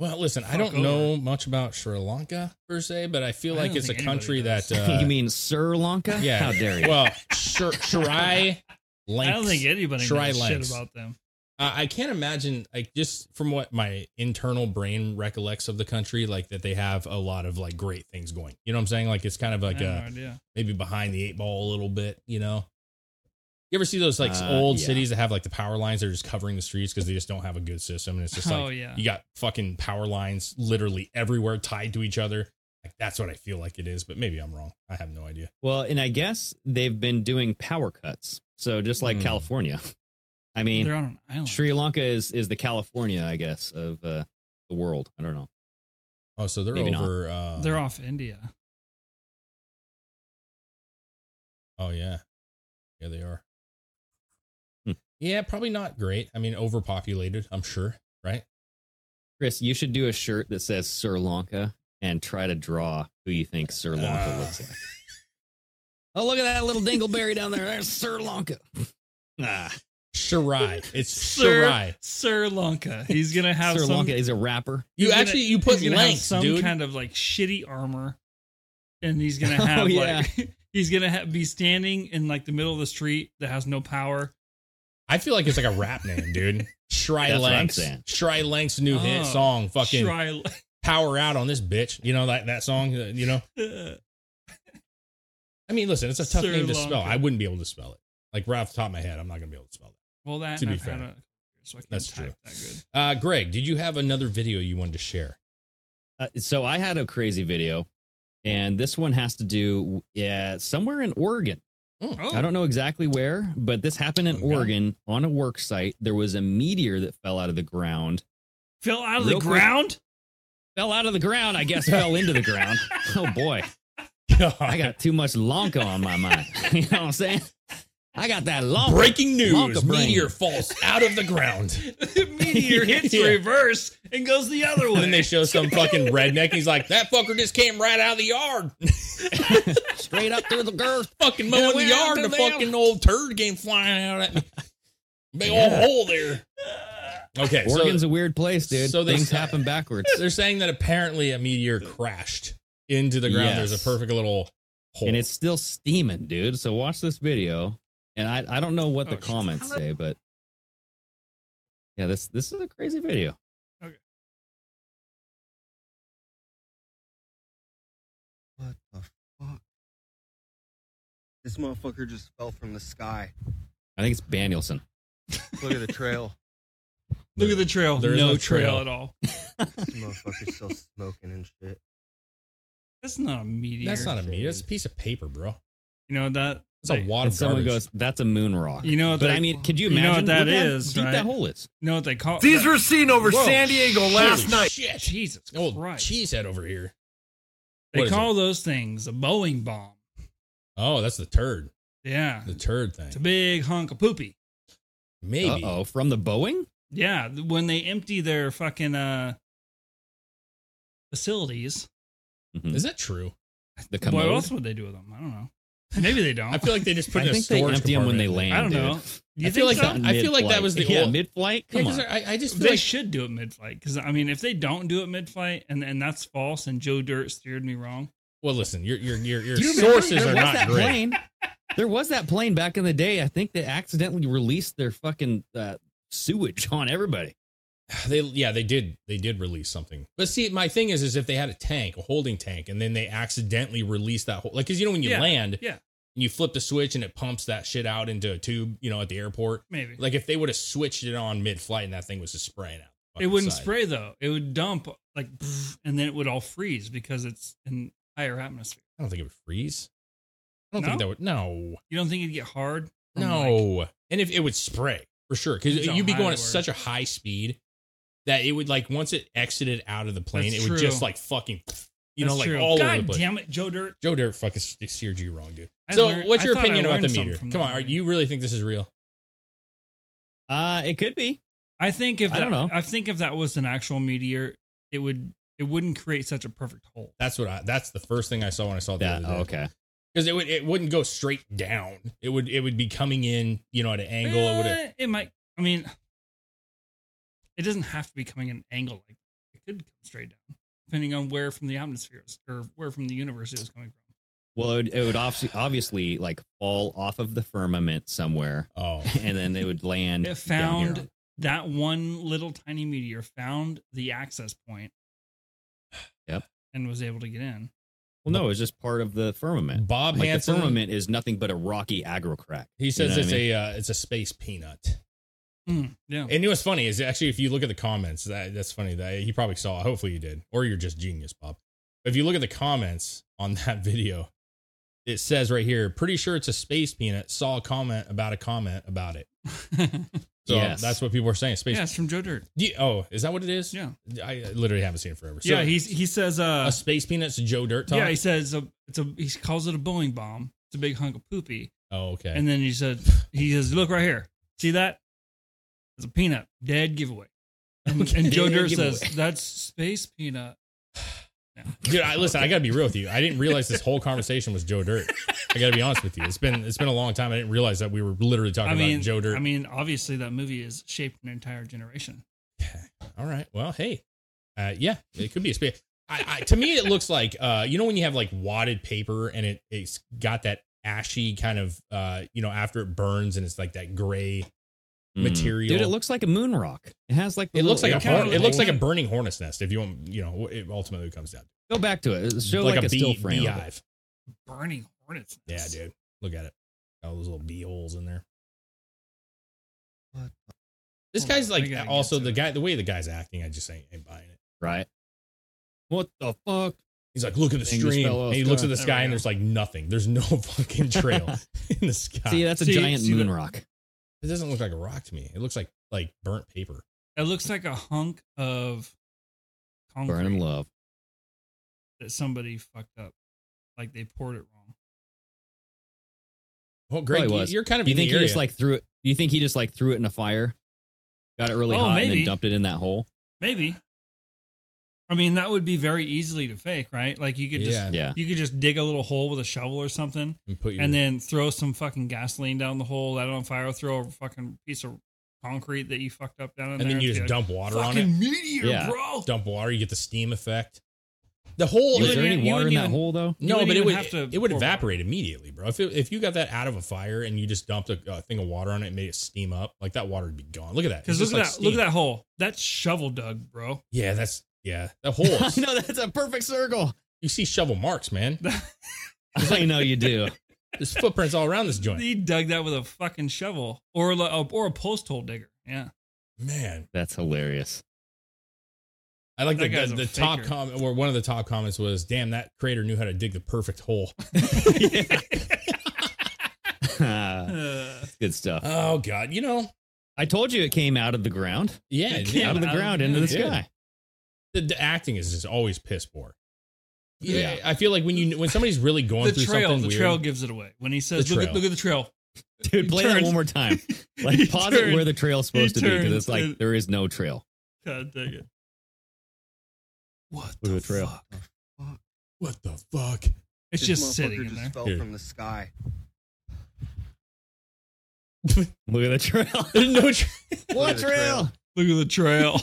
S3: Well, listen, I
S4: Fuck
S3: don't
S4: over.
S3: know much about Sri Lanka per se, but I feel
S4: I
S3: like
S4: don't
S3: it's a
S4: think anybody
S3: country
S4: does.
S3: that uh,
S5: you mean Sri Lanka?
S3: Yeah.
S5: How dare you?
S3: Well, Sri Lanka.
S4: I don't think anybody
S3: Sri
S4: knows
S3: Lanks.
S4: shit about them.
S3: Uh, I can't imagine, like, just from what my internal brain recollects of the country, like that they have a lot of like great things going. You know what I'm saying? Like it's kind of like
S4: I have
S3: uh,
S4: no idea.
S3: maybe behind the eight ball a little bit. You know? You ever see those like
S5: Uh,
S3: old
S5: yeah.
S3: cities that have like the power lines? They're just covering the streets because they just don't have a good system, and it's just like
S4: Oh, yeah.
S3: you got fucking power lines literally everywhere tied to each other. Like that's what I feel like it is, but maybe I'm wrong. I have no idea.
S5: Well, and I guess they've been doing power cuts. So just like
S3: Hmm.
S5: California. I mean,
S4: They're on an island.
S5: Sri Lanka is is the California, I guess, of uh, the world. I don't know.
S3: Oh, so they're
S5: Maybe not.
S3: over. Uh,
S4: They're off India.
S3: Oh yeah, yeah they are.
S5: Hmm.
S3: Yeah, probably not great. I mean, overpopulated. I'm sure, right?
S5: Chris, you should do a shirt that says Sri Lanka and try to draw who you think Sri Lanka
S3: Ah.
S5: looks like. Oh, look at that little dingleberry down there. There's Sri Lanka. Ah,
S3: Shirai. It's
S4: Sir-
S3: Shirai.
S4: Sri Lanka. He's gonna have
S5: Sri
S4: some.
S5: Lanka is a rapper.
S3: You
S4: he's gonna-
S3: actually you put
S4: he's gonna have
S3: lengths,
S4: some
S3: dude.
S4: kind of like shitty armor, and he's gonna
S5: Oh,
S4: have
S5: yeah.
S4: like he's gonna ha- be standing in like the middle of the street that has no power.
S3: I feel like it's like a rap name, dude. Shry
S5: That's what I'm
S3: Lanks.
S5: saying.
S3: Shry Lanks' new hit
S4: Oh,
S3: song, fucking
S4: Sri-
S3: "Power Out" on this bitch. You know that that song. uh, You know. I mean, listen, it's a tough
S4: Sri
S3: name to spell.
S4: Lanka.
S3: I wouldn't be able to spell it. Like right off the top of my head, I'm not gonna be able to spell it.
S4: well, that
S3: To be
S4: I've had
S3: fair.
S4: a- so I can't
S3: That's
S4: type
S3: true.
S4: that good.
S3: Uh, Greg, did you have another video you wanted to share?
S5: Uh, so I had a crazy video, and this one has to do yeah, somewhere in Oregon.
S4: Oh,
S5: I don't know exactly where, but this happened in
S3: Okay.
S5: Oregon on a work site. There was a meteor that fell out of the ground.
S4: fell out of
S5: Real
S4: the
S5: quick-
S4: ground.
S5: Fell out of the ground, I guess, fell into the ground. Oh boy. I got too much Lonka on my mind. you know what I'm saying? I got that Lonka.
S3: Breaking news:
S5: Lonka brain.
S3: Meteor falls out of the ground.
S4: the meteor hits
S3: Yeah.
S4: reverse and goes the other way.
S3: And then they show some fucking redneck. He's like, that fucker just came right out of the yard.
S5: straight up through the girth.
S3: fucking
S5: Yeah,
S3: mowing the
S5: went out
S3: yard.
S5: to
S3: The
S5: them.
S3: fucking old turd came flying out at me. Big old
S5: Yeah.
S3: hole there. Okay.
S5: Oregon's
S3: so
S5: a weird place, dude.
S3: so
S5: So
S3: they-
S5: Things happen backwards.
S3: they're saying that apparently a meteor crashed into the ground. There's
S5: Yes.
S3: a perfect little hole.
S5: and it's still steaming, dude. So watch this video. And I, I don't know what
S4: Oh,
S5: the
S4: shit.
S5: comments say, but yeah, this this is a crazy video.
S4: Okay.
S11: What the fuck? This motherfucker just fell from the sky.
S5: I think it's Danielson.
S11: Look at the trail.
S4: Look at the trail.
S3: There is
S4: no,
S3: no
S4: trail.
S3: trail.
S4: at all.
S11: This motherfucker's still smoking and shit.
S4: That's not a meteor.
S3: That's not a meat. That's a piece of paper, bro.
S4: You know that.
S3: It's a wad
S5: And
S3: of
S5: someone
S3: garbage.
S5: goes, "That's a moon rock."
S4: You know what
S5: but
S4: they-
S5: I mean, could you
S4: you
S5: imagine
S4: know what that
S5: look how
S4: is,
S5: Deep
S4: right?
S5: that hole is.
S4: You know what they call
S2: These
S4: that-
S2: were seen over
S3: Whoa,
S2: San Diego
S3: holy
S2: last night.
S3: Shit.
S4: Jesus
S3: Old
S4: Christ.
S3: cheesehead over here. What
S4: They
S3: is
S4: call those things a Boeing bomb.
S3: Oh, that's the turd.
S4: Yeah,
S3: The turd
S4: it's a
S3: thing.
S4: big hunk of poopy.
S3: Maybe.
S5: Uh oh, from the Boeing.
S4: Yeah, th- when they empty their fucking uh facilities,
S5: Mhm.
S3: Is that true?
S5: the
S4: what
S5: commode?
S4: else would they do with them? I don't know. Maybe they don't.
S3: I feel like they just put
S5: I
S3: in a
S5: think they
S3: storage
S5: empty them when they
S3: compartment.
S5: land.
S4: I don't
S5: dude.
S4: know. You
S3: I feel
S4: think
S3: like that- I feel like that
S5: Mid-flight.
S3: was the
S5: yeah,
S3: old-
S5: mid-flight.
S3: Yeah,
S5: Come
S3: 'cause
S5: on,
S3: I, I just feel
S4: They
S3: like
S4: should do it mid flight because I mean, if they don't do it mid flight, and and that's false, and Joe Dirt steered me wrong.
S3: Well, listen, your your your, your
S5: Do you remember
S3: sources
S5: there
S3: are
S5: was
S3: not
S5: that
S3: great.
S5: Plane, there was that plane back in the day. I think they accidentally released their fucking uh, sewage on everybody.
S3: They yeah, they did they did release something. But see, my thing is is if they had a tank, a holding tank, and then they accidentally released that whole like because you know when you
S4: Yeah,
S3: land,
S4: yeah.
S3: and you flip the switch and it pumps that shit out into a tube, you know, at the airport.
S4: Maybe
S3: Like if they would have switched it on mid flight and that thing was just spraying out. the
S4: it wouldn't
S3: fucking side.
S4: spray though; it would dump like, pff, and then it would all freeze because it's in higher atmosphere.
S3: I don't think it would freeze. I don't think
S4: No?
S3: that would no.
S4: You don't think it'd get hard? from, like-
S3: No. and if it would spray for sure, because
S4: It's on
S3: you'd be
S4: high
S3: going at
S4: alert.
S3: such a high speed that it would like once it exited out of the plane,
S4: That's
S3: it would
S4: true.
S3: just like fucking, you
S4: That's
S3: know, like
S4: true.
S3: all
S4: God
S3: over the place.
S4: damn it, Joe Dirt.
S3: Joe Dirt fucking steered you wrong, dude.
S4: I
S3: so,
S4: learned-
S3: what's
S4: I
S3: your
S4: thought I
S3: opinion about the
S4: learned something
S3: meter?
S4: from
S3: Come on,
S4: that
S3: are,
S4: movie.
S3: you really think this is real?
S5: Uh, it could be.
S4: I think if
S5: I
S4: that,
S5: don't know.
S4: I think if that was an actual meteor, it would it wouldn't create such a perfect hole.
S3: That's what I. That's the first thing I saw when I saw it the
S5: That
S3: other day.
S5: okay.
S3: because it would it wouldn't go straight down. It would it would be coming in, you know, at an angle. It would.
S4: Eh, it might. I mean, it doesn't have to be coming at an angle. Like it could come straight down, depending on where from the atmosphere it's- or where from the universe it was coming from.
S5: Well, it would, it would obviously, obviously like fall off of the firmament somewhere,
S3: Oh,
S5: and then they would
S3: Mm,
S5: land.
S4: It
S5: down here.
S4: found that one little tiny meteor found the access point.
S5: Yep.
S4: And was able to get in.
S5: Well, no, it was just part of the firmament.
S3: Bob
S5: like
S3: Hansen.
S5: the firmament is nothing but a rocky agrocrack.
S3: He says
S5: You know
S3: it's
S5: what I mean?
S3: a uh, it's a space peanut.
S4: Mm, yeah.
S3: And what's funny is actually if you look at the comments, that that's funny that he probably saw. it. Hopefully you did, or you're just genius, Bob. If you look at the comments on that video, it says right here, pretty sure it's a space peanut. Saw a comment about a comment about it. So
S5: Yes.
S3: that's what people are saying. Space.
S4: yeah, it's from Joe Dirt.
S3: Do you- oh, is that what it is?
S4: Yeah.
S3: I I literally haven't seen it forever. So
S4: yeah, he's, he says, uh,
S3: a space peanut's Joe Dirt talk.
S4: yeah, he says, uh, it's a, he calls it a Boeing bomb. It's a big hunk of poopy.
S3: oh, okay.
S4: And then he said, he says, look right here. See that? It's a peanut. Dead giveaway. And, and Joe
S5: Dead
S4: Dirt
S5: giveaway.
S4: says, that's space peanut.
S3: Dude, I, listen, I gotta be real with you. I didn't realize this whole conversation was Joe Dirt. I gotta be honest with you. It's been it's been a long time. I didn't realize that we were literally talking
S4: I mean,
S3: about Joe Dirt.
S4: I mean, obviously that movie has shaped an entire generation.
S3: All right. Well, hey, uh, yeah, it could be a space. I, I, to me, it looks like uh, you know when you have like wadded paper and it it's got that ashy kind of uh, you know after it burns and it's like that gray
S5: Mm.
S3: material.
S5: Dude, it looks like a moon rock. It has like the
S3: It looks like
S5: little-
S3: a
S5: kinda
S3: horn, it looks like a
S5: like-
S3: burning hornet's nest. If you want, you know, it ultimately comes down
S5: go back to it.
S3: to
S5: Show like, a, E still
S3: bee-
S5: frame. of it.
S3: beehive.
S4: Burning Hornets.
S3: Yeah,
S4: Nest.
S3: dude, look at it. All those little bee holes in there.
S11: What
S3: This
S4: Hold
S3: guy's
S4: on, we
S3: like
S4: gotta get
S3: also
S4: to
S3: the
S4: it.
S3: guy, the way the guy's acting, I just ain't, ain't buying it.
S5: right? What the fuck?
S3: He's like, look at the
S5: Think this
S3: stream.
S5: fellow
S3: And he
S5: is
S3: looks at
S5: gonna-
S3: the
S4: There
S3: sky
S4: we
S3: and
S4: go.
S3: there's like nothing. There's no fucking trail in the sky.
S5: Ah, See, that's a
S4: See-
S5: giant
S4: see
S5: moon
S4: the-
S5: rock.
S3: it doesn't look like a rock to me. It looks like like burnt paper.
S4: It looks like a hunk of concrete
S5: Burn in love.
S4: that somebody fucked up. Like they poured it wrong.
S3: Well, Greg,
S5: Probably
S3: you,
S5: was.
S3: you're kind of
S5: You
S3: in the
S5: think he
S3: area.
S5: just like threw it? You think he just like threw it in a fire, got it really
S4: Oh,
S5: hot, and
S4: maybe.
S5: then dumped it in that hole?
S4: Maybe. I mean, that would be very easily to fake, right? Like you could just
S3: yeah,
S5: Yeah.
S4: you could just dig a little hole with a shovel or something.
S3: and put your,
S4: and then throw some fucking gasoline down the hole, light it on fire, throw a fucking piece of concrete that you fucked up down in
S3: and
S4: there.
S3: then you
S4: be
S3: just
S4: like,
S3: dump water on
S4: fucking
S3: it.
S4: meteor,
S5: Yeah.
S4: bro.
S3: Dump water, you get the steam effect. The whole
S5: Was
S4: wouldn't
S5: there
S4: even-
S5: any
S4: you
S5: water in
S4: wouldn't
S5: that
S4: even-
S5: hole though?
S3: no,
S4: wouldn't
S3: but it
S4: even
S3: would
S4: have to
S3: it would
S4: pour
S3: evaporate immediately, bro. If it, if you got that out of a fire and you just dumped a, a thing of water on it and made it steam up, like that water would be gone. Look at that.
S4: Because
S3: It's
S4: look at that,
S3: just like
S4: look at
S3: steam.
S4: that hole. That's shovel dug, bro.
S3: Yeah, that's yeah. That hole.
S5: I
S3: is-
S5: know that's a perfect circle.
S3: you see shovel marks, man.
S5: I know you do.
S3: There's footprints all around this joint.
S4: He dug that with a fucking shovel or li- or a post hole digger. Yeah,
S3: Man,
S5: That's hilarious.
S3: I like
S4: That
S3: that
S4: guy's
S3: the,
S4: a
S3: the top
S4: faker.
S3: comment or one of the top comments was, "Damn, that creator knew how to dig the perfect hole."
S4: Uh,
S5: Good stuff.
S3: oh God, you know,
S5: I told you it came out of the ground,
S3: yeah,
S4: It
S3: yeah.
S5: out of the
S4: out of-
S5: ground into the
S3: yeah.
S5: sky.
S3: The, the acting is just always piss poor.
S4: Yeah.
S3: Yeah, I feel like when you when somebody's really going
S4: the
S3: through
S4: trail, the
S3: something weird,
S4: trail gives it away when he says,
S3: The
S4: "Look at
S3: trail.
S4: look at the trail."
S5: Dude, play that
S4: turns-
S5: one more time.
S4: He
S5: Like pause it
S4: turns-
S5: where the trail's supposed to
S4: he
S5: be because
S4: turns
S5: it's like
S4: and-
S5: there is no trail.
S4: God dang it! What
S5: Look
S4: the,
S5: at the trail.
S4: fuck?
S3: what the fuck?
S4: It's
S11: This
S4: just
S11: motherfucker
S4: sitting in
S11: just
S4: there.
S11: fell
S3: Here.
S11: from the sky.
S5: Look at the trail.
S3: There's no tra-
S11: Look at the trail.
S4: Look at the trail.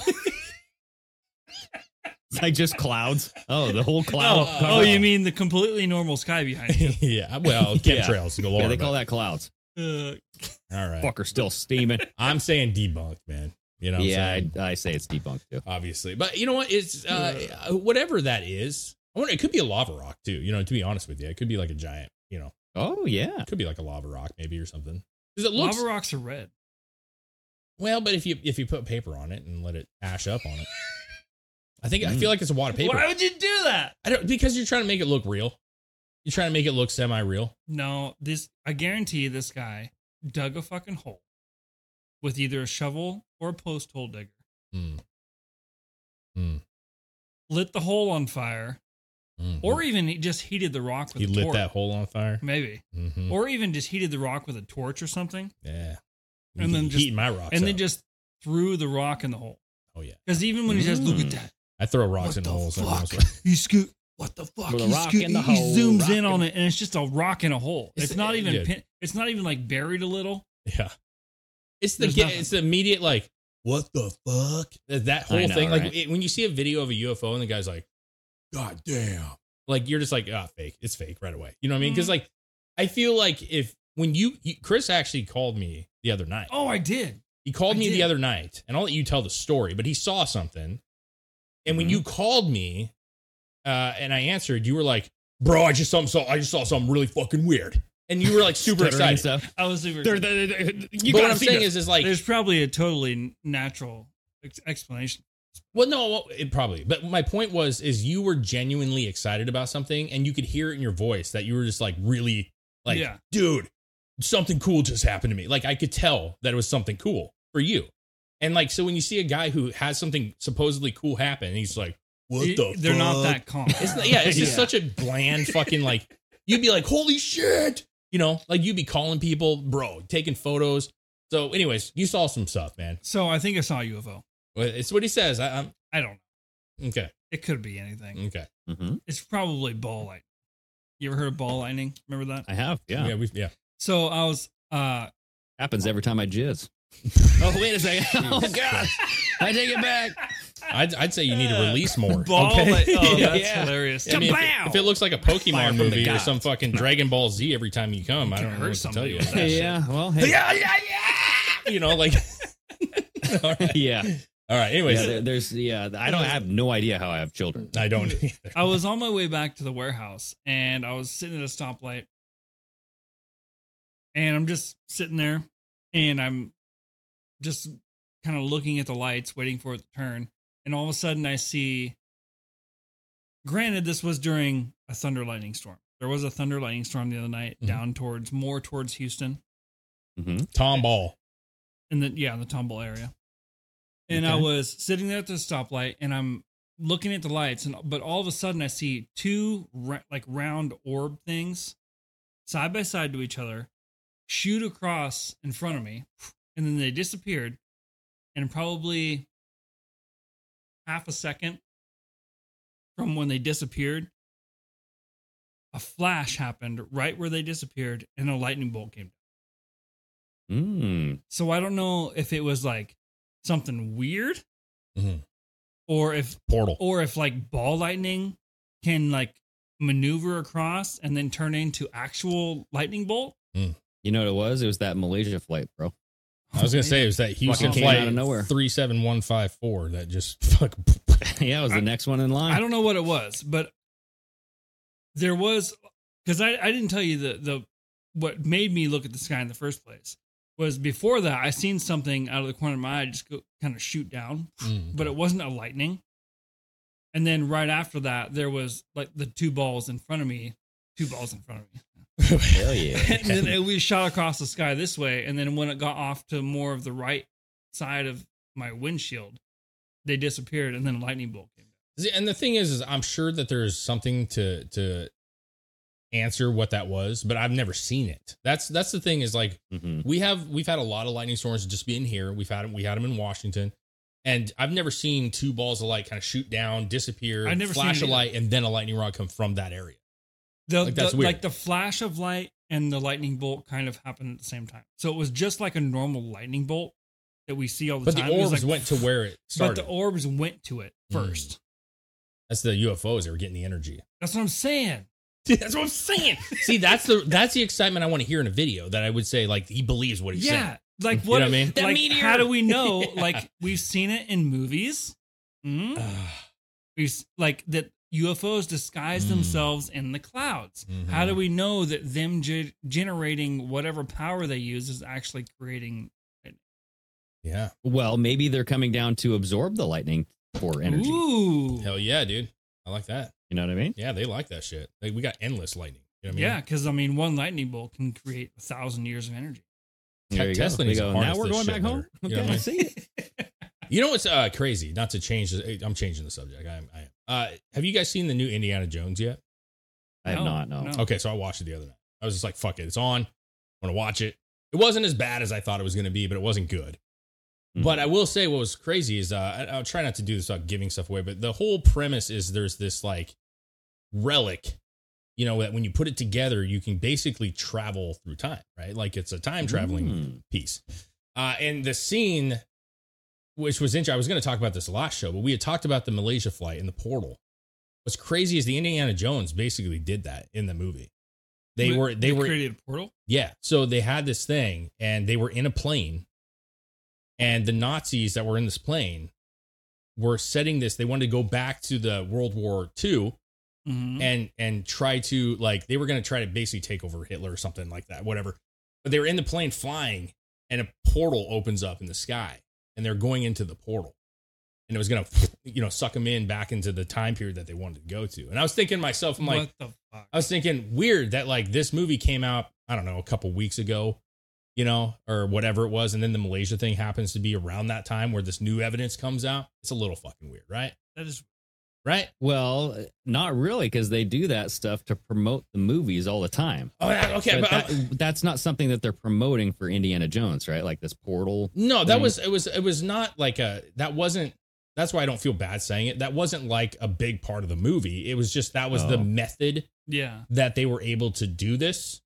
S5: It's like just clouds. Oh, the whole cloud.
S4: oh,
S5: cover.
S4: oh, you mean the completely normal sky behind you?
S3: yeah, well,
S5: Yeah.
S3: chemtrails galore.
S5: Yeah, they call that clouds.
S4: Uh,
S3: but- all right.
S5: Fucker still steaming.
S3: I'm saying debunked, man. You know, what I'm
S5: yeah,
S3: saying?
S5: I, I say it's debunked too.
S3: obviously. But you know what? It's uh, whatever that is. I wonder. It could be a lava rock too. You know, to be honest with you, it could be like a giant. You know,
S5: Oh yeah.
S3: it could be like a lava rock maybe or something. Because it looks
S4: lava rocks are red.
S3: well, but if you if you put paper on it and let it ash up on it, I think I
S5: Mm.
S3: feel like it's a wad of paper.
S4: Why would you do that?
S3: I don't because you're trying to make it look real. You're trying to make it look semi-real.
S4: No, this I guarantee you this guy dug a fucking hole with either a shovel or a post hole digger.
S3: Mm.
S4: Lit the hole on fire,
S3: Mhm.
S4: or even he just heated the rock with
S3: he
S4: a
S3: lit
S4: torch.
S3: that hole on fire.
S4: Maybe.
S3: hmm
S4: Or even just heated the rock with a torch or something.
S3: Yeah.
S4: And then just-
S3: heat my rocks.
S4: and then
S3: up.
S4: just threw the rock in the hole.
S3: oh yeah,
S4: Because even when he says, Look
S5: Mm.
S3: Hmm.
S4: at that.
S3: I throw rocks
S4: what
S3: in
S4: the
S3: the holes. every
S4: fuck?
S3: once in a while.
S4: He scoot what the fuck?
S5: With a
S4: he,
S5: rock
S4: scoot-
S5: in the
S4: he
S5: hole,
S4: zooms
S5: rock
S4: in
S5: in-
S4: on it and it's just a rock in a hole. It's,
S3: It's-
S4: not even
S3: yeah.
S4: pin, it's not even like buried a little.
S3: Yeah. It's the
S4: There's
S3: get,
S4: nothing.
S3: it's the immediate like what the fuck that, that
S5: I
S3: whole
S5: know,
S3: thing
S5: right?
S3: like it, when you see a video of a UFO and the guy's like god damn like you're just like ah fake it's fake right away you know what I mean because like I feel like if when you, you Chris actually called me the other night
S4: Oh, I did.
S3: he called
S4: I
S3: me
S4: did.
S3: the other night, and I'll let you tell the story, but he saw something. And when
S5: Mhm.
S3: you called me uh, and I answered, you were like, Bro, I just saw saw I just saw something really fucking weird. And you were like super
S5: Stuttering
S3: excited.
S5: stuff.
S4: I was super
S5: There- there- there- you
S3: but
S5: gotta
S3: what I'm
S5: see
S3: saying
S5: this.
S3: is is like
S4: There's probably a totally n- natural ex- explanation.
S3: Well, no, well, it probably. But my point was, is you were genuinely excited about something, and you could hear it in your voice that you were just like really, like,
S4: Yeah.
S3: dude, something cool just happened to me. Like I could tell that it was something cool for you. And like, so when you see a guy who has something supposedly cool happen, and he's like, what
S4: It-
S3: the?
S4: They're not
S3: fuck?
S4: that calm.
S3: It's not, yeah, it's just
S4: Yeah.
S3: such a bland fucking like. You'd be like, holy shit, you know, like you'd be calling people, bro, taking photos. So, anyways, you saw some stuff, man.
S4: so I think I saw a UFO.
S3: Well, It's what he says. I, I'm
S4: I don't know.
S3: okay,
S4: It could be anything.
S3: okay.
S5: Mhm.
S4: It's probably ball lightning. You ever heard of ball lightning? Remember that?
S5: I have. Yeah.
S3: Yeah, we yeah.
S4: So I was uh
S5: Happens every time I jizz. oh wait a second. Oh god. I take it back. Uh,
S3: I'd, I'd say you need to release more.
S4: ball
S3: okay?
S4: light- oh
S3: Yeah.
S4: that's
S5: Yeah.
S4: hilarious.
S3: I mean, if, it, if it looks like a
S5: uh, Fire
S3: Pokemon
S5: from the
S3: movie or
S5: gods.
S3: some fucking Dragon Ball Z every time you come, I
S4: can
S3: don't
S4: hurt
S3: know what to tell
S4: somebody
S3: you.
S4: with
S3: about
S4: that
S5: Yeah. Well. Hey.
S3: Yeah, yeah, yeah. You know, like. all right.
S5: Yeah.
S3: All right. Anyways,
S5: yeah there- there's. Yeah. I don't I have no idea how I have children.
S3: I don't. either.
S4: I was on my way back to the warehouse and I was sitting at a stoplight and I'm just sitting there and I'm just kind of looking at the lights, waiting for it to turn. And all of a sudden I see, granted, this was during a thunder lightning storm. There was a thunder lightning storm the other night
S3: Mhm.
S4: down towards more towards Houston
S5: hmm
S3: Tom Ball.
S4: in the, yeah, in the Tumble area. And I
S5: Okay.
S4: was sitting there at the stoplight and I'm looking at the lights and but all of a sudden I see two ra- like round orb things side by side to each other shoot across in front of me and then they disappeared and probably half a second from when they disappeared a flash happened right where they disappeared and a lightning bolt came down
S5: Mm.
S4: so I don't know if it was like something weird
S3: Mhm.
S4: or if
S3: Portal.
S4: or if like ball lightning can like maneuver across and then turn into actual lightning bolt.
S5: You know what it was? It was that Malaysia flight, bro.
S3: I was gonna say it was that Houston
S5: came
S3: flight
S5: out of nowhere.
S3: three seven one five four that just fuck.
S5: yeah. It was
S4: I-
S5: the next one in line.
S4: I don't know what it was, but there was because I, I didn't tell you the the what made me look at the sky in the first place was before that I seen something out of the corner of my eye just go kind of shoot down,
S3: Mm.
S4: but it wasn't a lightning. And then right after that, there was like the two balls in front of me, two balls in front of me.
S5: Hell yeah.
S4: and then it was shot across the sky this way. And then when it got off to more of the right side of my windshield, they disappeared. And then a lightning bolt came.
S3: See, And the thing is, is I'm sure that there's something to to answer what that was, but I've never seen it. That's that's the thing is like
S5: Mhm.
S3: we have we've had a lot of lightning storms just being here. We've had 'em- we had them in Washington, and I've never seen two balls of light kind of shoot down, disappear,
S4: I've never
S3: flash
S4: seen it
S3: a light, and then a lightning rod come from that area.
S4: The,
S3: Like, that's
S4: the,
S3: weird.
S4: like the flash of light and the lightning bolt kind of happened at the same time. So it was just like a normal lightning bolt that we see all the
S3: But
S4: time.
S3: the
S4: It was
S3: orbs
S4: like-
S3: went to where it started. Hmm.
S4: But the orbs went to it first.
S3: that's the UFOs. They were getting the energy.
S4: That's what I'm saying.
S3: that's what I'm saying. See, that's the that's the excitement I want to hear in a video. That I would say like he believes what he's
S4: yeah.
S3: saying.
S4: Like
S3: You
S4: what,
S3: know what I mean? That
S4: Like,
S3: meteor.
S4: How do we know?
S3: Yeah.
S4: Like we've seen it in movies. Mhm. We've s- like that UFOs disguise
S3: Mm.
S4: themselves in the clouds.
S3: Mm-hmm.
S4: How do we know that them ge- generating whatever power they use is actually creating
S3: Yeah,
S5: Well, maybe they're coming down to absorb the lightning for energy.
S4: Ooh.
S3: hell yeah, dude. I like that.
S5: You know what I mean?
S3: Yeah, they like that shit. Like we got endless lightning. You know what I mean?
S4: Yeah, because I mean, one lightning bolt can create a thousand years of energy.
S5: There you go.
S3: Tesla
S5: We
S3: needs to
S5: go,
S3: harness
S5: now we're
S3: this
S5: going
S3: shit
S5: back home.
S3: better. You know what I mean?
S5: see it.
S3: You know what's uh, crazy? Not to change. The, I'm changing the subject. I am. I am. Uh, have you guys seen the new Indiana Jones yet?
S5: I have
S4: No,
S5: not. No.
S4: no.
S3: Okay, so I watched it the other night. I was just like, "Fuck it, it's on. I'm gonna watch it." It wasn't as bad as I thought it was gonna be, but it wasn't good.
S5: Mhm.
S3: But I will say, what was crazy is uh, I, will try not to do this without giving stuff away. But the whole premise is there's this like relic, you know, that when you put it together, you can basically travel through time, right? Like it's a time traveling
S5: Mm.
S3: piece. Uh, and the scene, which was interesting, I was going to talk about this last show, but we had talked about the Malaysia flight and the portal. What's crazy is the Indiana Jones basically did that in the movie. They
S4: We-
S3: were, they were,
S4: created a portal.
S3: yeah. So they had this thing and they were in a plane. And the Nazis that were in this plane were setting this, they wanted to go back to the World War II
S4: Mhm.
S3: and and try to like they were going to try to basically take over Hitler or something like that, whatever. But they were in the plane flying, and a portal opens up in the sky, and they're going into the portal, and it was going to you know suck them in back into the time period that they wanted to go to. And I was thinking to myself, I'm like,
S4: what the fuck?
S3: I was thinking weird that like this movie came out, I don't know, a couple weeks ago, you know, or whatever it was, and then the Malaysia thing happens to be around that time where this new evidence comes out. It's a little fucking weird, right?
S4: That is
S3: Right?
S5: Well, not really, because they do that stuff to promote the movies all the time.
S3: Oh, yeah, okay, but,
S5: but that, that's not something that they're promoting for Indiana Jones, right? Like this portal.
S3: No, that
S4: Mm-hmm.
S5: thing.
S3: was it was it was not like a that wasn't that's why I don't feel bad saying it. That wasn't like a big part of the movie. It was just that was the
S5: Oh.
S3: method
S4: yeah.
S3: that they were able to do this.